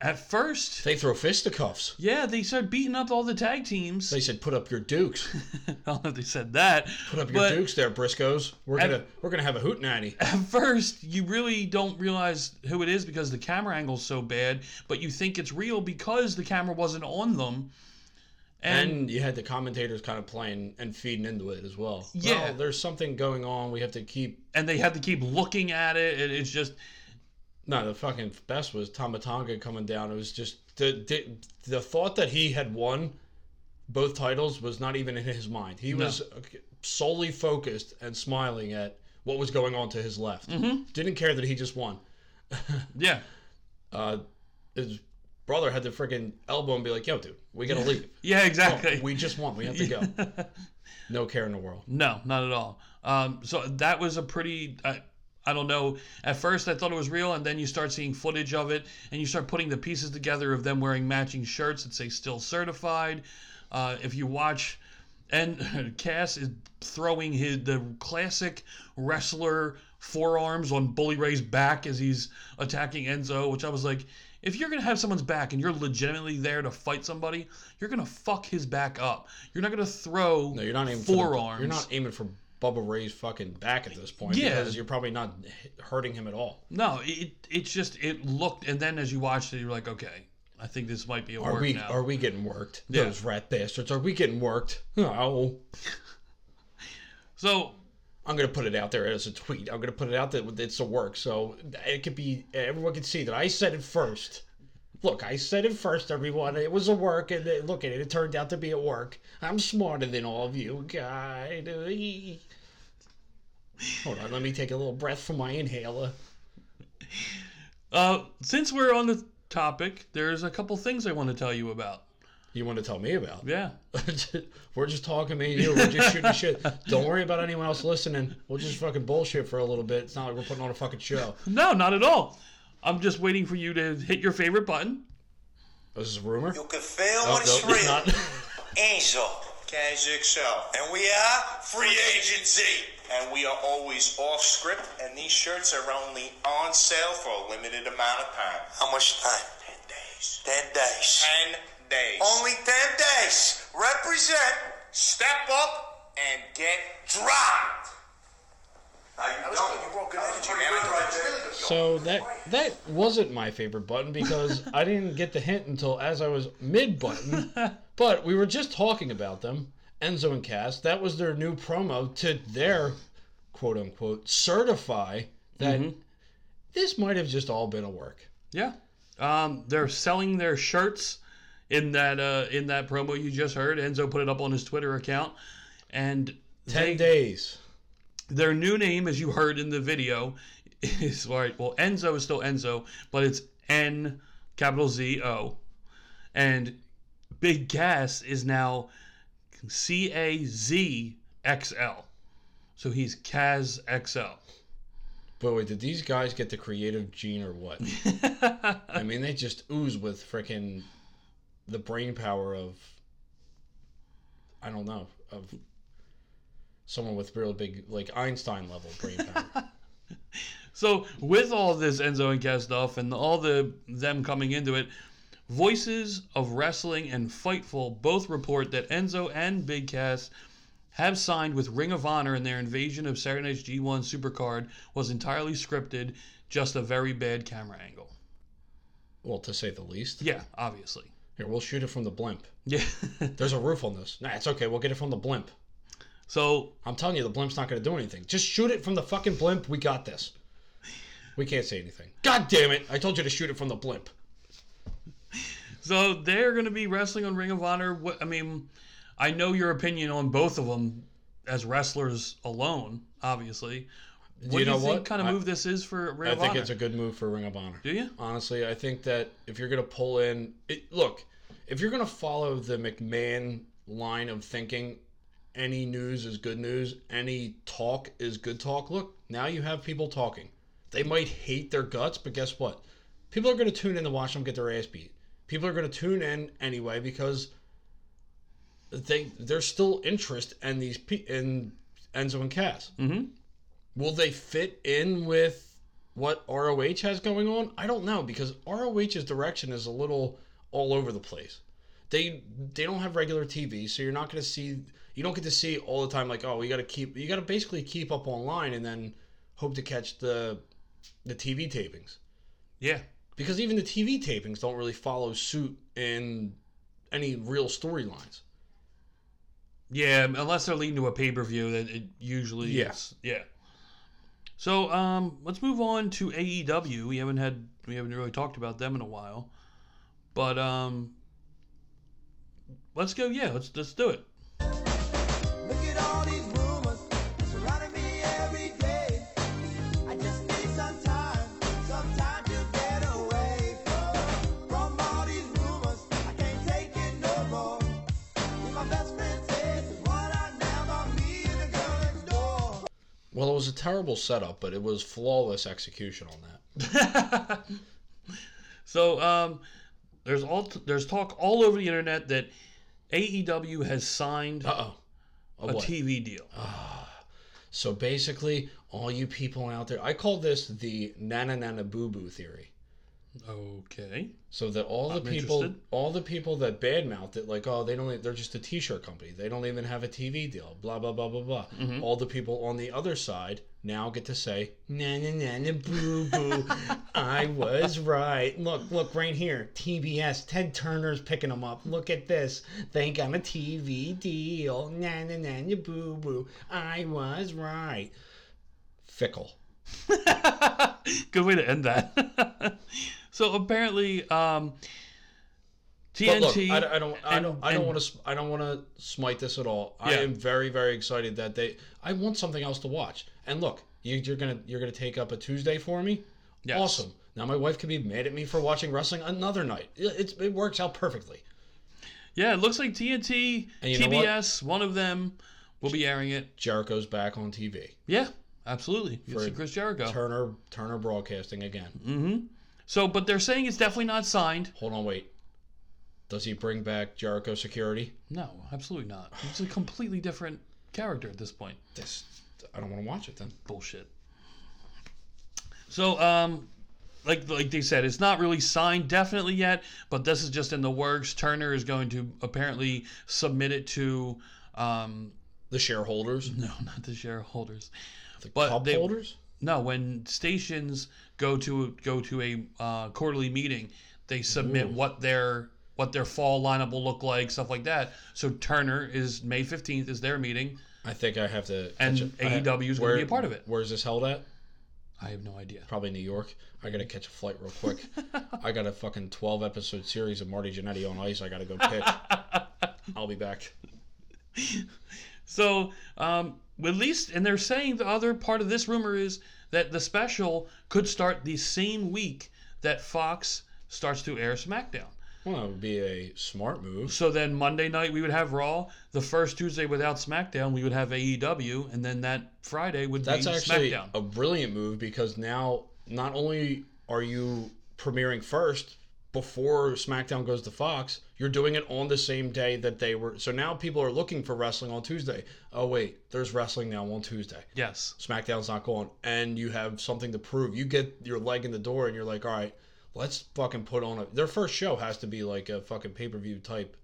At first,
They throw fisticuffs.
yeah, they started beating up all the tag teams.
They said, "Put up your dukes.
I don't know if they said that.
Put up your
but
dukes, there, Briscoes. We're
And-
gonna we're gonna have a hoot nanny."
At first, you really don't realize who it is because the camera angle's so bad, but you think it's real because the camera wasn't on them. And,
And you had the commentators kind of playing and feeding into it as well.
Yeah.
Well, there's something going on. We have to keep.
and they had to keep looking at it. and it's just
No, the fucking best was Tamatanga coming down. It was just the, the the thought that he had won both titles was not even in his mind. He was solely focused and smiling at what was going on to his left.
Mm-hmm.
Didn't care that he just won.
yeah.
Uh, his brother had to freaking elbow him and be like, "Yo, dude, we gotta leave.
Yeah, exactly.
Oh, We just won. We have to go." No care in the world.
No, not at all. Um, so that was a pretty. I, I don't know. At first, I thought it was real, and then you start seeing footage of it, and you start putting the pieces together of them wearing matching shirts that say "Still Certified." Uh, if you watch, and Cass is throwing his the classic wrestler forearms on Bully Ray's back as he's attacking Enzo, which I was like, if you're gonna have someone's back and you're legitimately there to fight somebody, you're gonna fuck his back up. You're not gonna throw
No, you're not aiming For
forearms.
the, you're not aiming for Bubba Ray's fucking back at this point.
Yeah.
because you're probably not h- hurting him at all.
No, it it's just it looked, and then as you watched it, you're like, okay, I think this might be a
Are
work
we?
now.
Are we getting worked?
Yeah.
Those rat bastards. Are we getting worked? No.
so
I'm gonna put it out there as a tweet. I'm gonna put it out that it's a work, so it could be everyone can see that I said it first. Look, I said it first, everyone. It was a work, and it- look at it. It turned out to be a work. I'm smarter than all of you, guy. Hold on, let me take a little breath from my inhaler.
uh, since we're on the topic, there's a couple things I want to tell you about.
You want to tell me about?
Yeah,
We're just talking, me and you. We're just shooting shit. Don't worry about anyone else listening. We'll just fucking bullshit for a little bit. It's not like we're putting on a fucking show.
no, not at all. I'm just waiting for you to hit your favorite button.
This is a rumor.
You can feel
Oh,
when it's
no, it's
real.
not.
Angel. Kazik Show. And we are Free Agency. And we are always off script, and these shirts are only on sale for a limited amount of time. How much time? 10 days. 10 days. 10 days. Only 10 days. Represent, step up, and get dropped. Now you don't. You broke good energy, man. I thought you was really good.
So that that wasn't my favorite button because I didn't get the hint until as I was mid button. But we were just talking about them, Enzo and Cass. That was their new promo to their quote unquote certify that this might have just all been a work.
Yeah, um, they're selling their shirts in that uh, in that promo you just heard. Enzo put it up on his Twitter account, and
Ten
they-
days.
Their new name, as you heard in the video, is all right. Well, Enzo is still Enzo, but it's N capital Z O, and Big Cass is now C A Z X L. So he's Kaz XL.
But wait, did these guys get the creative gene or what? I mean, they just ooze with freaking the brain power of I don't know of someone with real big like Einstein level brain power.
So with all this Enzo and Cass stuff and all the them coming into it, voices of wrestling and Fightful both report that Enzo and Big Cass have signed with Ring of Honor and their invasion of Saturday Night's G1 Supercard was entirely scripted, just a very bad camera angle.
well, to say the least.
Yeah, obviously.
Here, we'll shoot it from the blimp.
Yeah.
There's a roof on this. Nah, it's okay. We'll get it from the blimp.
so
I'm telling you, the blimp's not going to do anything. Just shoot it from the fucking blimp. We got this. We can't say anything. God damn it! I told you to shoot it from the blimp.
so they're going to be wrestling on Ring of Honor. What I mean, I know your opinion on both of them as wrestlers alone, obviously. What
you
do
know
you think
what?
kind
I-
of move this is for Ring
I
of
think
Honor?
it's a good move for Ring of Honor.
Do you?
Honestly, I think that if you're going to pull in, it, look, if you're going to follow the McMahon line of thinking, any news is good news, any talk is good talk. Look, now you have people talking. They might hate their guts, but guess what? People are going to tune in to watch them get their ass beat. People are going to tune in anyway because they there's still interest in these pe- in Enzo and Cass. Mm-hmm. Will they fit in with what ROH has going on? I don't know because ROH's direction is a little all over the place. They they don't have regular TV, so you're not going to see you don't get to see all the time like oh, you got to keep you got to basically keep up online and then hope to catch the the TV tapings
Yeah.
because even the TV tapings don't really follow suit in any real storylines.
Yeah, unless they're leading to a pay per view, then it usually
Yeah.
is. Yeah. So um, let's move on to AEW. We haven't had we haven't really talked about them in a while, but um, let's go. Yeah, let's let's do it.
Look at all these rumors surrounding me every day. I just need some time, some time to get away from, from all these rumors. I can't take it no more. If my best friend says it's what I never meet the girl next door.
Well, it was a terrible setup, but it was flawless execution on that.
So um, there's all there's talk all over the internet that AEW has signed
Uh oh.
a TV deal.
So basically, all you people out there, I call this the nana nana boo boo theory.
Okay.
So that all the
I'm
people,
interested.
all the people that badmouthed it, like oh they don't, they're just a T-shirt company. They don't even have a TV deal. Blah blah blah blah blah.
Mm-hmm.
All the people on the other side now get to say na na na na boo boo. I was right. Look look right here. TBS Ted Turner's picking them up. Look at this. They got a TV deal. Na na na na boo boo. I was right. Fickle.
Good way to end that. so apparently, um,
But
TNT.
look, I, I don't, I
and-
don't, I don't
and-
want to, I don't want to smite this at all. I
Yeah.
am very, very excited that they. I want something else to watch. And look, you, you're gonna, you're gonna take up a Tuesday for me.
Yes.
Awesome. Now my wife can be mad at me for watching wrestling another night. It, it's it works out perfectly.
Yeah, it looks like TNT,
And you know what?
TBS, one of them will be airing it.
Jericho's back on TV.
Yeah, absolutely. You
For
see Chris Jericho.
Turner, Turner Broadcasting again.
Mm-hmm. So, but they're saying it's definitely not signed.
Hold on, wait. Does he bring back Jericho security?
No, absolutely not. He's a completely different character at this point.
This, I don't want to watch it then.
Bullshit. So, um, like like they said, it's not really signed definitely yet, but this is just in the works. Turner is going to apparently submit it to, um,
The shareholders,
no, not the shareholders.
the
But
cup
they-
holders.
No, when stations go to go to a uh, quarterly meeting, they submit what their what their fall lineup will look like, stuff like that. So Turner is May fifteenth is their meeting.
I think I have to.
And
catch a- I-
AEW is gonna
where-
be a part of it.
Where's this held at?
I have no idea.
Probably New York. I gotta catch a flight real quick. I got a fucking twelve episode series of Marty Jannetty on ice. I gotta go pitch. I'll be back.
So um, at least, and they're saying the other part of this rumor is that the special could start the same week that Fox starts to air SmackDown.
Well, that would be a smart move.
So then Monday night we would have Raw. The first Tuesday without SmackDown we would have AEW, and then that Friday would
That's
be
actually
SmackDown.
a brilliant move because now not only are you premiering first before SmackDown goes to Fox, you're doing it on the same day that they were. So now people are looking for wrestling on Tuesday. Oh wait, there's wrestling now on Tuesday.
yes.
SmackDown's not going, and you have something to prove. You get your leg in the door, and you're like, all right, let's fucking put on a. Their first show has to be like a fucking pay per view type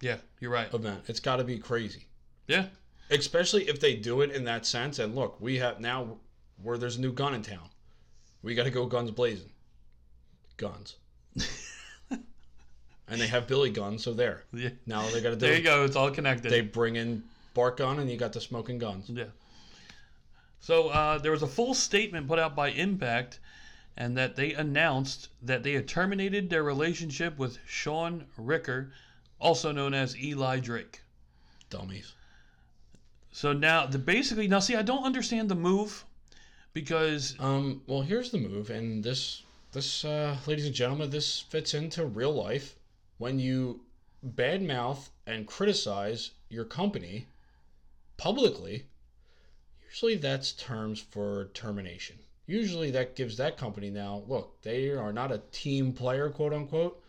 Yeah, you're right.
event. It's got to be crazy,
Yeah,
especially if they do it in that sense. And look, we have now where there's a new gun in town. We got to go guns blazing. Guns. and they have Billy Gunn, so there.
Yeah.
Now they got to do
there
it.
you go. It's all connected.
They bring in Bark Gun, and you got the smoking guns.
yeah. So uh, there was a full statement put out by Impact, and that they announced that they had terminated their relationship with Sean Ricker, also known as Eli Drake.
Dummies.
So now, the basically, now see, I don't understand the move because
Um, well, here's the move, and this, this, uh, ladies and gentlemen, this fits into real life when you badmouth and criticize your company publicly. Usually, that's terms for termination. Usually, that gives that company now look, they are not a team player, quote unquote.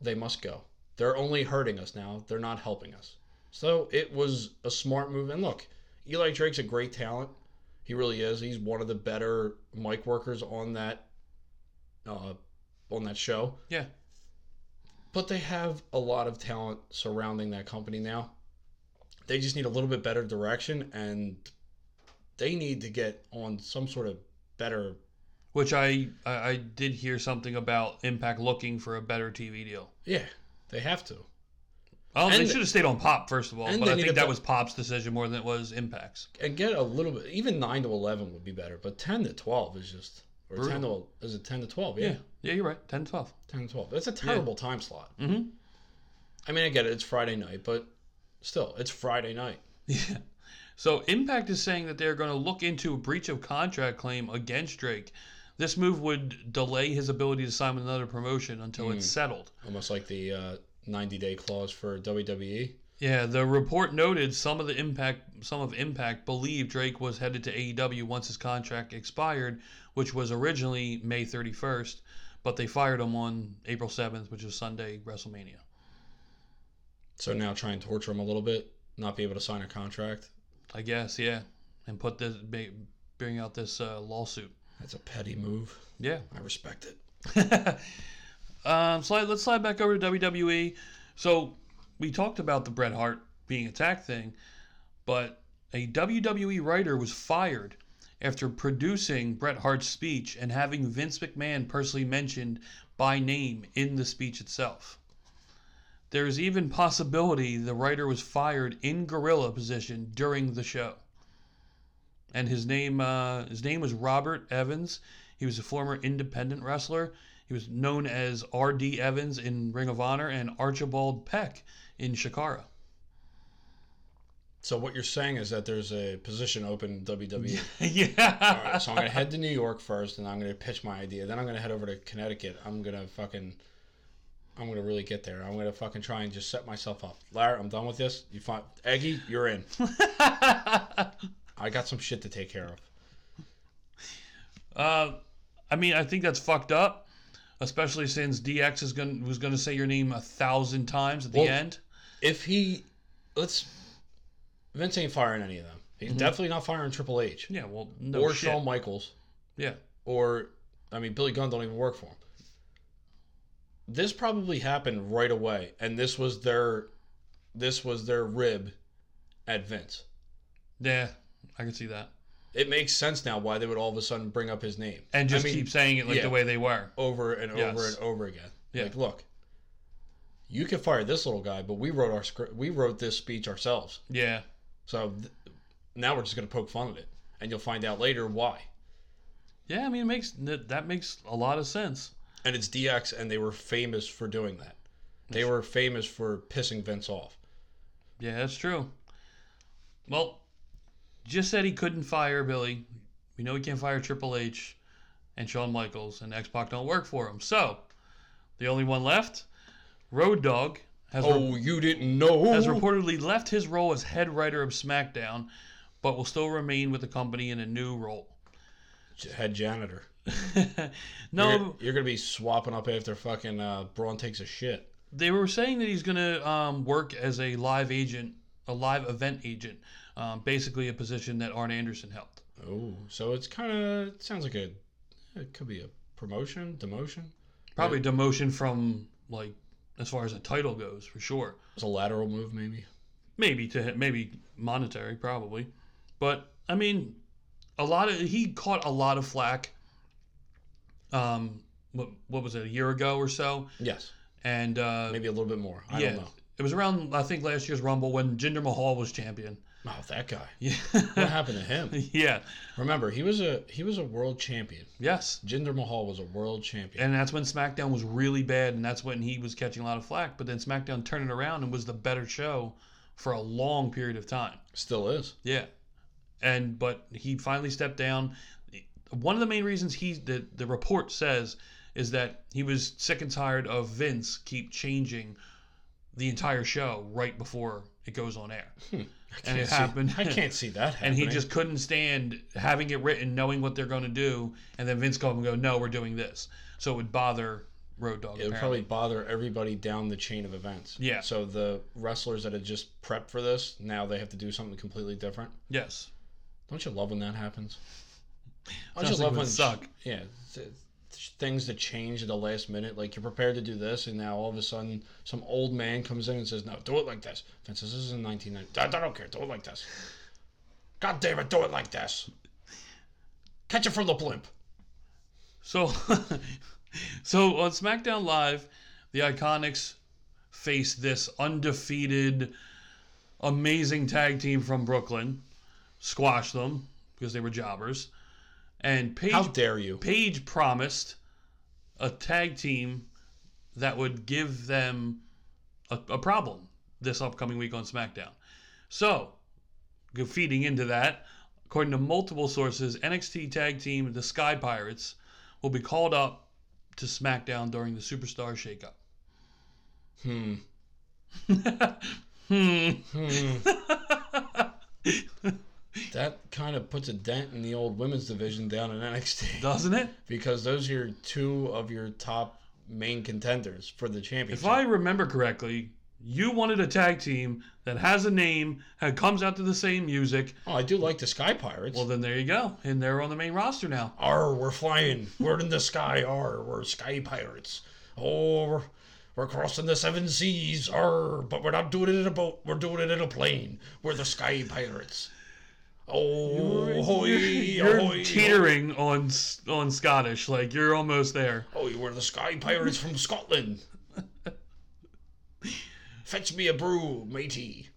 They must go. They're only hurting us now. They're not helping us. So it was a smart move. And look, Eli Drake's a great talent He really is. He's one of the better mic workers on that uh, on that show.
Yeah.
But they have a lot of talent surrounding that company now. They just need a little bit better direction and they need to get on some sort of better
Which I, I I did hear something about Impact looking for a better TV deal.
Yeah, they have to.
Oh, they
And-
should have stayed on Pop first of all,
and
but
they
I
need
think
to
that was
put-
Pop's decision more than it was Impact's.
And get a little bit even 9 to 11 would be better, but 10 to 12 is just or 10 to is it 10 to 12? Yeah.
Yeah, yeah, you're right. 10, 12.
10 to 12. That's a terrible time slot. Mhm. I mean, I get it. It's Friday night, but still, it's Friday night.
So Impact is saying that they're going to look into a breach of contract claim against Drake. This move would delay his ability to sign with another promotion until it's settled.
Almost like the uh, 90 day clause for E. WWE.
Yeah, the report noted some of the impact some of Impact believed Drake was headed to AEW once his contract expired, which was originally May 31st, but they fired him on April 7th, which is Sunday WrestleMania.
So now try and torture him a little bit, not be able to sign a contract.
I guess, yeah, and put this ba- bring out this uh, lawsuit.
That's a petty move.
Yeah.
I respect it.
Um, slide, let's slide back over to WWE. So we talked about the Bret Hart being attacked thing, but a WWE writer was fired after producing Bret Hart's speech and having Vince McMahon personally mentioned by name in the speech itself. There is even possibility the writer was fired in gorilla position during the show. And his name uh, his name was Robert Evans. He was a former independent wrestler. He was known as R.D. Evans in Ring of Honor and Archibald Peck in Shakara.
So what you're saying is that there's a position open in WWE.
yeah.
All right, so I'm gonna head to New York first, and I'm gonna pitch my idea. Then I'm gonna head over to Connecticut. I'm gonna fucking, I'm gonna really get there. I'm gonna fucking try and just set myself up. Larry, I'm done with this. You find Eggy, you're in. I got some shit to take care of.
Uh, I mean, I think that's fucked up, especially since DX is going was going to say your name a thousand times at the
Well-
end.
If he, let's, Vince ain't firing any of them. He's definitely not firing Triple H
Mm-hmm. Yeah. Well, no
or
shit.
Shawn Michaels
Yeah.
or I mean Billy Gunn don't even work for him. This probably happened right away, and this was their, this was their rib, at Vince.
Yeah. I can see that.
it makes sense now why they would all of a sudden bring up his name
And just
I mean,
keep saying it like
yeah.
the way they were.
over and over
Yes.
and over again.
Yeah.
Like, look, you can fire this little guy, but we wrote our script. We wrote this speech ourselves,
Yeah.
so th- now we're just gonna poke fun at it, and you'll find out later why.
Yeah. I mean, it makes that that makes a lot of sense.
And it's DX, and they were famous for doing that. They were famous for pissing Vince off.
Yeah, that's true. Well, just said he couldn't fire Billy. We know he can't fire Triple H and Shawn Michaels, and X Pac don't work for him. So, the only one left, Road Dog, has,
Oh, you didn't know?
has reportedly left his role as head writer of SmackDown, but will still remain with the company in a new role.
Head janitor.
No,
You're, you're gonna be swapping up after fucking uh, Braun takes a shit.
they were saying that he's going to um, work as a live agent, a live event agent, um, basically a position that Arn Anderson held.
Oh, so it's kind of it sounds like a it could be a promotion, demotion.
Probably demotion from like as far as a title goes, for sure.
It's a lateral move, maybe.
Maybe to maybe monetary, probably. But I mean, a lot of he caught a lot of flack. Um, what what was it a year ago or so?
Yes,
And uh,
maybe a little bit more. I
yeah,
don't know.
it was around I think last year's Rumble when Jinder Mahal was champion.
Oh, that guy.
Yeah,
What happened to him?
yeah,
Remember, he was a he was a world champion.
yes.
Jinder Mahal was a world champion.
And that's when SmackDown was really bad, and that's when he was catching a lot of flack. But then SmackDown turned it around and was the better show for a long period of time.
Still is.
Yeah, and but he finally stepped down. One of the main reasons he the the report says is that he was sick and tired of Vince keep changing the entire show right before it goes on air, and it
Can't see-
happened.
Hmm. I can't see that
And
happening.
he just couldn't stand having it written, knowing what they're going to do, and then Vince called him and go, "No, we're doing this." So it would bother Road Dogg.
it would
apparently.
probably bother everybody down the chain of events.
Yeah.
So the wrestlers that had just prepped for this now they have to do something completely different.
yes.
Don't you love when that happens? Don't
Sounds like
you love
it would
when
suck.
Yeah, th- th- things that change at the last minute. Like you're prepared to do this, and now all of a sudden, some old man comes in and says, "No, do it like this." Vince, this is in 1990. I, I don't care. Do it like this. God damn it, do it like this. Catch it from the blimp.
So, so on SmackDown Live, the Iconics face this undefeated, amazing tag team from Brooklyn, squash them because they were jobbers, and Paige
How dare you?
Paige promised a tag team that would give them a, a problem this upcoming week on SmackDown. So, go- feeding into that, according to multiple sources, NXT tag team the Sky Pirates will be called up to SmackDown during the Superstar shakeup.
Hmm.
Hmm.
That kind of puts a dent in the old women's division down in NXT
Doesn't it?
because those are two of your top main contenders for the championship.
If I remember correctly, you wanted a tag team that has a name, that comes out to the same music.
oh, I do like the Sky Pirates.
Well, then there you go. And they're on the main roster now.
R, we're flying. We're in the sky. R, we're sky pirates. Oh, we're, we're crossing the seven seas. R, but we're not doing it in a boat. We're doing it in a plane. We're the sky pirates. Oh, hoy,
You're
ahoy,
teetering on s- on Scottish, like you're almost there.
Oh, you were the Sky Pirates from Scotland. Fetch me a brew, matey.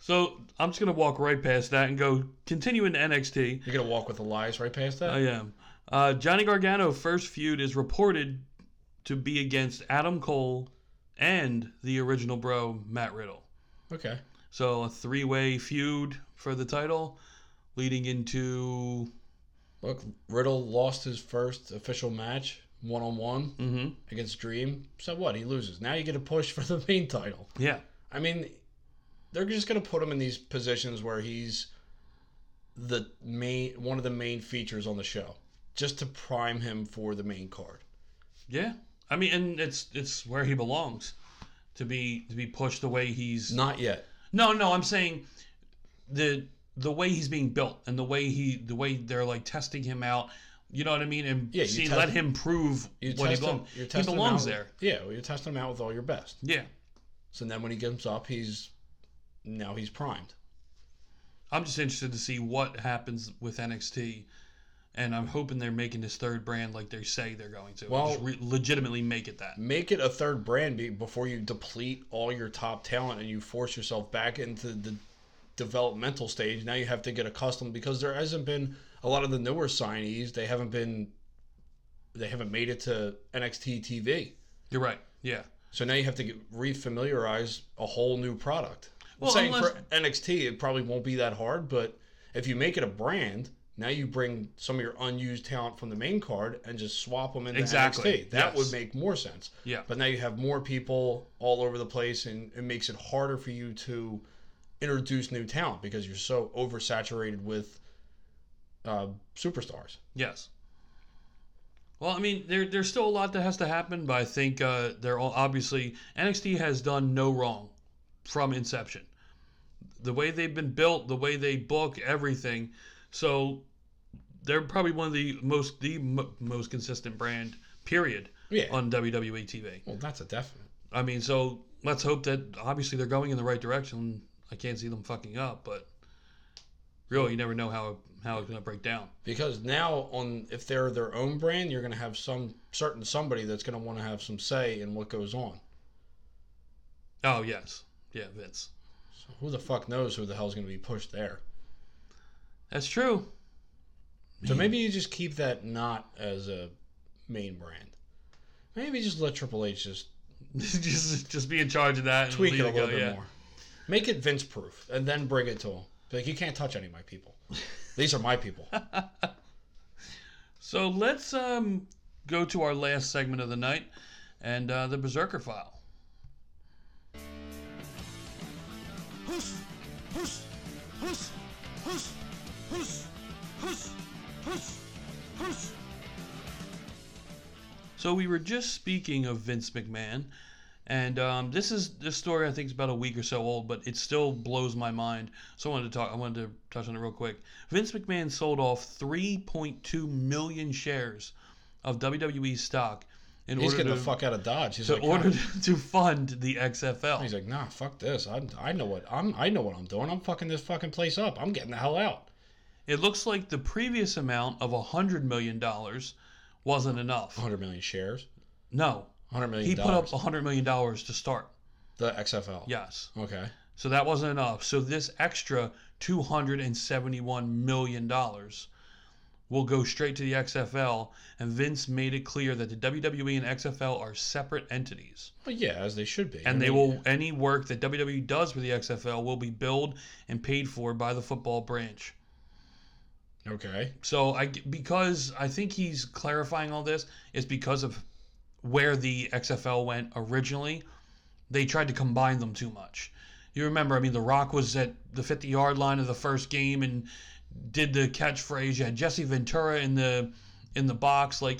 So I'm just gonna walk right past that and go continue into NXT.
You're gonna walk with Elias right past that.
I am. Uh, Johnny Gargano first feud is reported to be against Adam Cole and the original bro Matt Riddle.
okay.
So a three-way feud for the title, leading into
Look, Riddle lost his first official match, one on one
mm-hmm,
against Dream. So what? He loses. Now you get a push for the main title.
yeah,
I mean, they're just gonna put him in these positions where he's the main one of the main features on the show, just to prime him for the main card.
yeah. I mean, and it's it's where he belongs to be to be pushed the way he's
Not yet.
No, no, I'm saying the the way he's being built and the way he the way they're like testing him out. You know what I mean? And
Yeah, you
see,
test-
let him prove
You
what he
test him.
belongs.
You're
He
testing him
belongs
out-
there.
Yeah, well, you're testing him out with all your best.
Yeah,
So then when he comes up, he's now he's primed.
I'm just interested to see what happens with NXT, and I'm hoping they're making this third brand like they say they're going to.
Well-
just re- legitimately make it that.
Make it a third brand be- before you deplete all your top talent and you force yourself back into the developmental stage. Now you have to get accustomed because there hasn't been a lot of the newer signees. They haven't been, they haven't made it to NXT TV.
You're right. Yeah.
So now you have to get refamiliarize a whole new product.
Well,
I'm saying for
unless-
NXT, it probably won't be that hard, but if you make it a brand, now you bring some of your unused talent from the main card and just swap them into
Exactly,
NXT. That
yes.
would make more sense.
Yeah.
But now you have more people all over the place, and it makes it harder for you to introduce new talent because you're so oversaturated with uh, superstars.
Yes. Well, I mean, there, there's still a lot that has to happen, but I think uh, they're all obviously NXT has done no wrong from inception. The way they've been built, the way they book everything, so they're probably one of the most the m- most consistent brand period
Yeah.
on WWE TV.
well, that's a definite.
I mean, so let's hope that obviously they're going in the right direction. I can't see them fucking up, but really, you never know how how it's gonna break down.
Because now, on if they're their own brand, you're going to have some certain somebody that's going to want to have some say in what goes on.
Oh yes, yeah, Vince.
So who the fuck knows who the hell's going to be pushed there?
That's true.
So maybe you just keep that not as a main brand. Maybe just let Triple H just
just just be in charge of that. And
tweak it
leave
a little
go,
bit
yeah.
more, make it Vince proof, and then bring it to him. Be Like you can't touch any of my people. These are my people.
So let's um go to our last segment of the night, and uh, the Berserker file. So we were just speaking of Vince McMahon, And um, this is this story I think is about a week or so old, but it still blows my mind. So I wanted to talk. I wanted to touch on it real quick. Vince McMahon sold off 3.2 million shares of WWE stock in
He's
order
getting
to
the fuck out of Dodge. He's
to
like,
order
"God."
to fund the XFL.
he's like, nah, fuck this. I, I know what I'm. I know what I'm doing. I'm fucking this fucking place up. I'm getting the hell out.
It looks like the previous amount of $100 million wasn't enough.
100 million shares.
No.
100 million.
He put up
dollars.
$100 million to start.
the XFL.
Yes.
Okay.
So that wasn't enough. So this extra $271 million will go straight to the XFL. And Vince made it clear that the WWE and XFL are separate entities.
Well, yeah, as they should be.
And
I
they
mean,
will, any work that WWE does with the XFL will be billed and paid for by the football branch.
Okay.
So I because I think he's clarifying all this is because of where the XFL went originally. They tried to combine them too much. You remember, I mean, The Rock was at the 50 yard line of the first game and did the catchphrase. You had Jesse Ventura in the in the box, like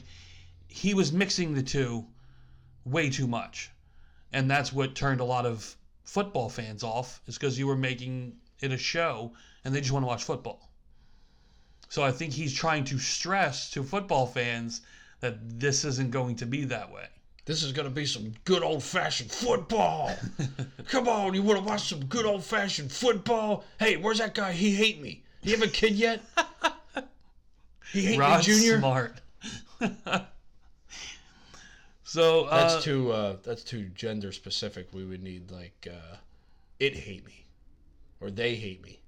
he was mixing the two way too much, and that's what turned a lot of football fans off. Is because you were making it a show and they just want to watch football. So I think he's trying to stress to football fans that this isn't going to be that way.
This is gonna be some good old fashioned football. Come on, you wanna watch some good old fashioned football? Hey, where's that guy? He hate me. You have a kid yet? He hate
Rod
me, Junior.
Smart. so uh,
That's too. Uh, that's too gender specific. We would need like, uh, it hate me, or they hate me.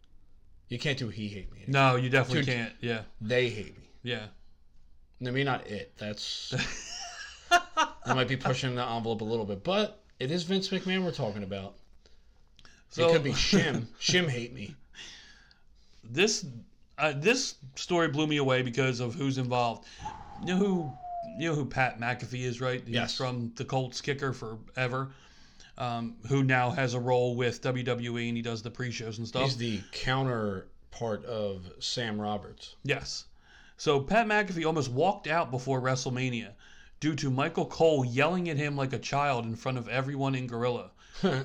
You can't do he hate me.
no, you definitely
Dude.
can't. Yeah,
They hate me.
yeah.
I mean, not it. That's. I might be pushing the envelope a little bit, but it is Vince McMahon we're talking about.
So
it could be Shim. Shim hate me.
this uh, this story blew me away because of who's involved. You know who you know who Pat McAfee is, right? He's
Yes.
from the Colts kicker forever. Um, who now has a role with WWE and he does the pre-shows and stuff.
He's the counterpart of Sam Roberts.
Yes. So Pat McAfee almost walked out before WrestleMania due to Michael Cole yelling at him like a child in front of everyone in Gorilla,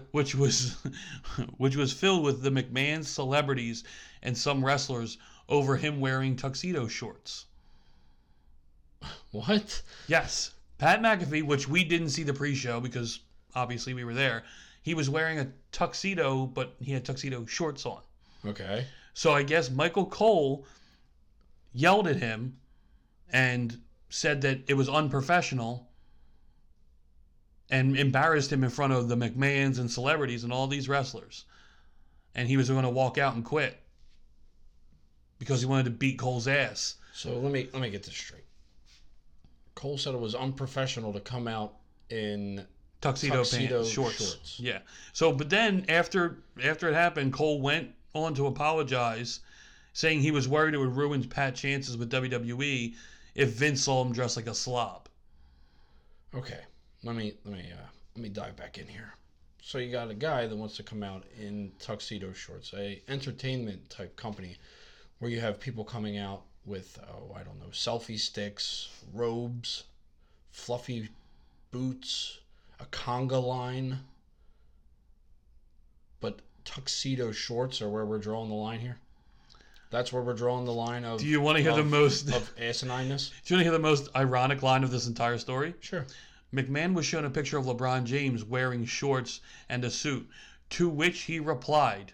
which was which was filled with the McMahon celebrities and some wrestlers over him wearing tuxedo shorts.
What?
Yes. Pat McAfee, which we didn't see the pre-show because obviously we were there, he was wearing a tuxedo, but he had tuxedo shorts on.
Okay.
So I guess Michael Cole yelled at him and said that it was unprofessional and embarrassed him in front of the McMahons and celebrities and all these wrestlers. And he was going to walk out and quit because he wanted to beat Cole's ass.
So let me let me get this straight. Cole said it was unprofessional to come out in
Tuxedo,
Tuxedo
pants, shorts.
shorts.
Yeah. So, but then after after it happened, Cole went on to apologize, saying he was worried it would ruin Pat's chances with WWE if Vince saw him dressed like a slob.
Okay. Let me let me uh, let me dive back in here. So you got a guy that wants to come out in tuxedo shorts, a entertainment type company, where you have people coming out with oh I don't know selfie sticks, robes, fluffy boots, a conga line. But tuxedo shorts are where we're drawing the line here. That's where we're drawing the line of.
Do you wanna hear the
of-
most-
of asinineness?
Do you want to hear the most ironic line of this entire story?
Sure.
McMahon was shown a picture of LeBron James wearing shorts and a suit, to which he replied,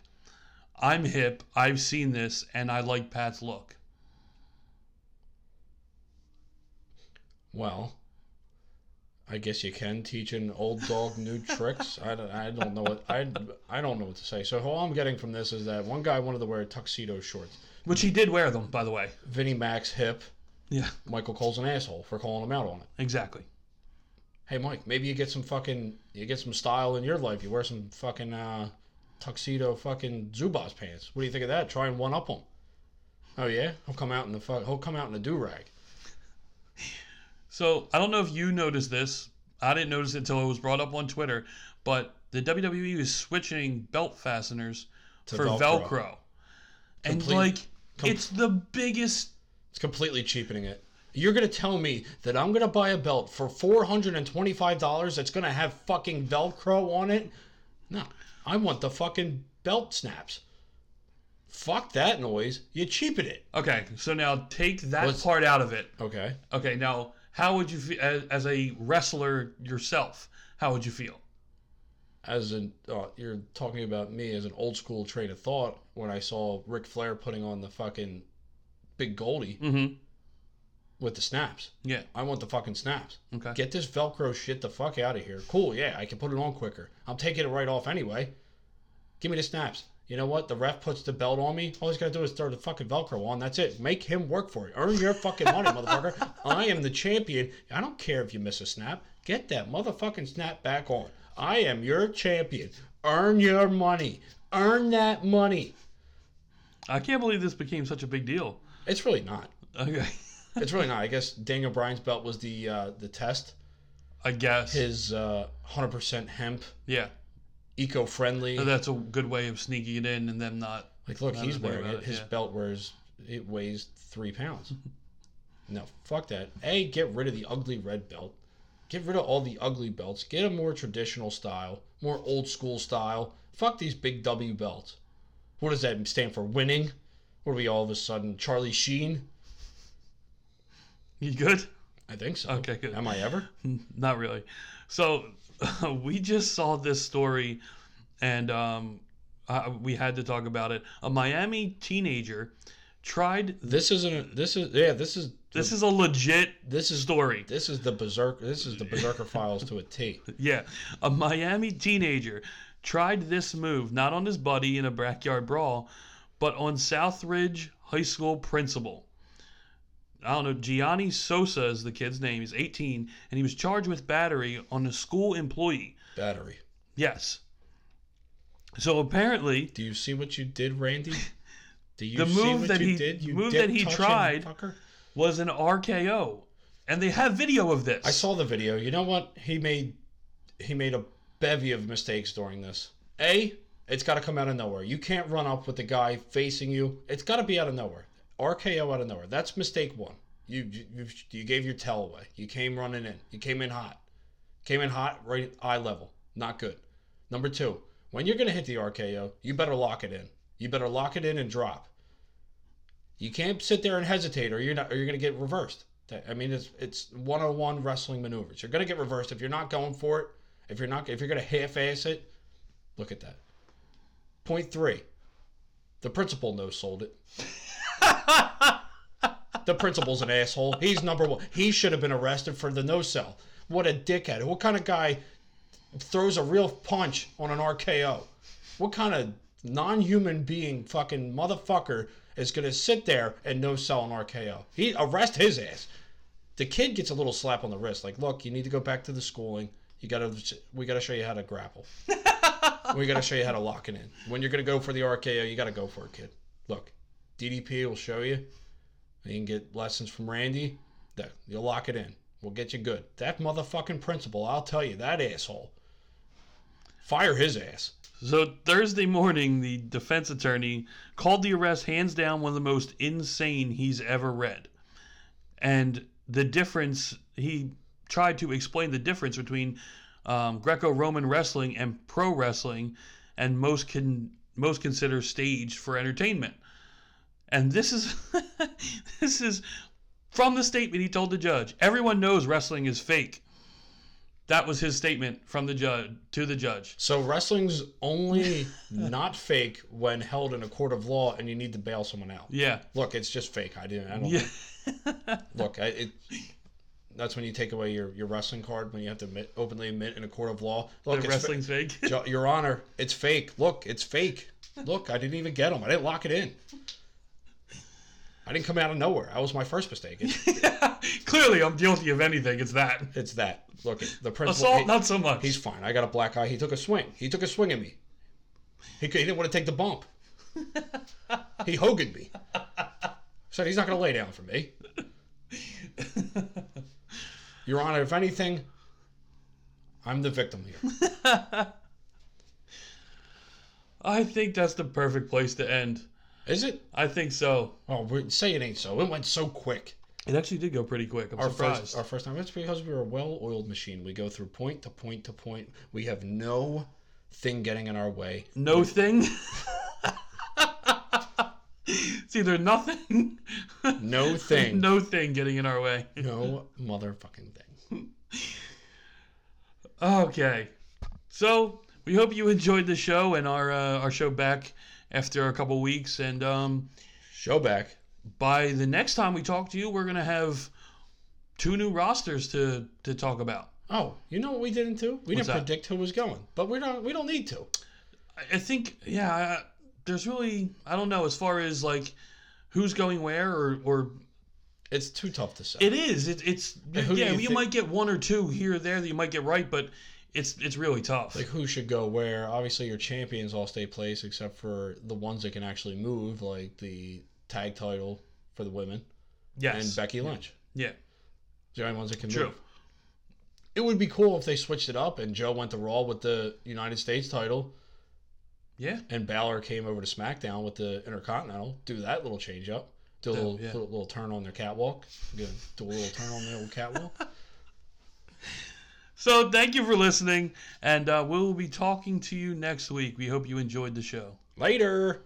I'm hip, I've seen this, and I like Pat's look.
Well, I guess you can teach an old dog new tricks. I don't, I don't know what I, I don't know what to say. So all I'm getting from this is that one guy wanted to wear tuxedo shorts.
Which he did wear them, by the way.
Vinnie Mac's hip.
Yeah,
Michael Cole's an asshole for calling him out on it.
exactly.
Hey Mike, maybe you get some fucking you get some style in your life. You wear some fucking uh, tuxedo fucking Zubas pants. What do you think of that? Try and one up him. Oh yeah, he'll come out in the fuck. He'll come out in a do rag.
So I don't know if you noticed this. I didn't notice it until it was brought up on Twitter, but the WWE is switching belt fasteners
To
for Velcro.
Velcro.
And
Complete-
like,
com-
it's the biggest
It's completely cheapening it. You're gonna tell me that I'm gonna buy a belt for four hundred and twenty-five dollars that's gonna have fucking Velcro on it? No, I want the fucking belt snaps. Fuck that noise. You cheapen it.
Okay, so now take that
What's-
part out of it.
Okay.
Okay, now how would you feel as, as a wrestler yourself? How would you feel?
As in, uh, you're talking about me as an old school train of thought when I saw Ric Flair putting on the fucking big Goldie
Mm-hmm.
with the snaps.
Yeah.
I want the fucking snaps.
Okay.
Get this Velcro shit the fuck out of here. Cool, yeah, I can put it on quicker. I'm taking it right off anyway. Give me the snaps. You know what? The ref puts the belt on me. All he's got to do is throw the fucking Velcro on. That's it. Make him work for it. Earn your fucking money, motherfucker. I am the champion. I don't care if you miss a snap. Get that motherfucking snap back on. I am your champion. Earn your money. Earn that money.
I can't believe this became such a big deal.
It's really not.
Okay.
It's really not. I guess Daniel Bryan's belt was the uh, the test.
I guess.
His uh, 100% hemp,
yeah.
eco-friendly.
So that's a good way of sneaking it in and them not.
Like, look,
I
he's
don't know
wearing
about
it.
it,
His
yeah.
belt wears it weighs three pounds. no, fuck that. A, get rid of the ugly red belt. Get rid of all the ugly belts. Get a more traditional style, more old school style. Fuck these big W belts. What does that stand for? Winning? What are we all of a sudden? Charlie Sheen?
You good?
I think so.
Okay, good.
Am I ever?
Not really. So we just saw this story, and um, uh, we had to talk about it. A Miami teenager tried.
This isn't. This is. Yeah. This is.
This is a legit
This is.
story.
This is the berserk. This is the berserker files to a T.
Yeah, a Miami teenager tried this move not on his buddy in a backyard brawl, but on Southridge High School principal. I don't know. Gianni Sosa is the kid's name. He's 18, and he was charged with battery on a school employee.
Battery.
Yes. So apparently,
Do you see what you did, Randy? Do you
The
see
move
what
that
you
he-
did? You
move that
dick
he
touching
tried-
fucker?
was an RKO, and they have video of this.
I saw the video. You know what? He made he made a bevy of mistakes during this. A, it's got to come out of nowhere. You can't run up with the guy facing you. It's got to be out of nowhere. RKO out of nowhere. That's mistake one. You, you you gave your tell away. You came running in. You came in hot. Came in hot right at eye level. Not good. Number two, when you're gonna hit the RKO, you better lock it in. You better lock it in and drop. You can't sit there and hesitate, or you're not, or you're gonna get reversed. That- I mean, it's it's 101 wrestling maneuvers. You're gonna get reversed if you're not going for it. If you're not, if you're gonna half-ass it, look at that. Point three, the principal no sold it. the principal's an asshole. He's number one. He should have been arrested for the no sell. What a dickhead. What kind of guy throws a real punch on an RKO? What kind of non-human being fucking motherfucker is gonna sit there and no sell an RKO? He arrest his ass. The kid gets a little slap on the wrist, like, look, you need to go back to the schooling. You gotta, we gotta show you how to grapple. we gotta show you how to lock it in. When you're gonna go for the RKO, you gotta go for it, kid. Look, DDP will show you. You can get lessons from Randy. There, you'll lock it in. We'll get you good. That motherfucking principal, I'll tell you, that asshole. Fire his ass.
So Thursday morning, the defense attorney called the arrest hands down one of the most insane he's ever read. And the difference, he tried to explain the difference between um, Greco-Roman wrestling and pro wrestling, and most can most consider staged for entertainment. And this is this is from the statement he told the judge. Everyone knows wrestling is fake. That was his statement from the judge to the judge.
So wrestling's only not fake when held in a court of law and you need to bail someone out.
Yeah.
Look, it's just fake. I didn't. I don't.
Yeah.
Look, I, it. That's when you take away your, your wrestling card when you have to admit, openly admit in a court of law. Look,
The
it's fa-
wrestling's fake.
Jo- your Honor, it's fake. Look, it's fake. Look, I didn't even get him. I didn't lock it in. I didn't come out of nowhere. That was my first mistake. It's,
Clearly, I'm guilty of anything. It's that
it's that. Look, it- the principal.
assault.
he-
not so much.
He's fine. I got a black eye. He took a swing. He took a swing at me. He, could, he didn't want to take the bump. he hoganed me. Said he's not going to lay down for me. Your Honor, if anything, I'm the victim here.
I think that's the perfect place to end.
Is it?
I think so.
Oh, we're, say it ain't so. It went so quick.
It actually did go pretty quick. I'm
Our
surprised.
first, our first time. It's because we're a well-oiled machine. We go through point to point to point. We have no thing getting in our way.
no thing. it's either nothing,
No thing.
no thing getting in our way.
No motherfucking thing.
Okay. So we hope you enjoyed the show and our uh, our show back after a couple weeks. And um,
Show back.
by the next time we talk to you, we're gonna have two new rosters to to talk about.
Oh, you know what we didn't do? We
What's
didn't
that?
predict who was going, but we don't. We don't need to.
I- I think yeah, I- there's really I don't know as far as like who's going where or or
It's too tough to say.
it is it, it's
who do
yeah
you
you,
thi-
might get one or two here or there that you might get right, but it's it's really tough.
like who should go where. Obviously, your champions all stay placed except for the ones that can actually move, like the tag title for the women
yes,
and Becky Lynch.
yeah,
The only ones that can
true.
move. It would be cool if they switched it up and Joe went to Raw with the United States title
Yeah,
and Balor came over to SmackDown with the Intercontinental. Do that little change up. Do a
Yeah,
little,
yeah.
little, little turn on their catwalk. Do a little turn on their old catwalk.
So thank you for listening, and uh, we'll be talking to you next week. We hope you enjoyed the show.
Later.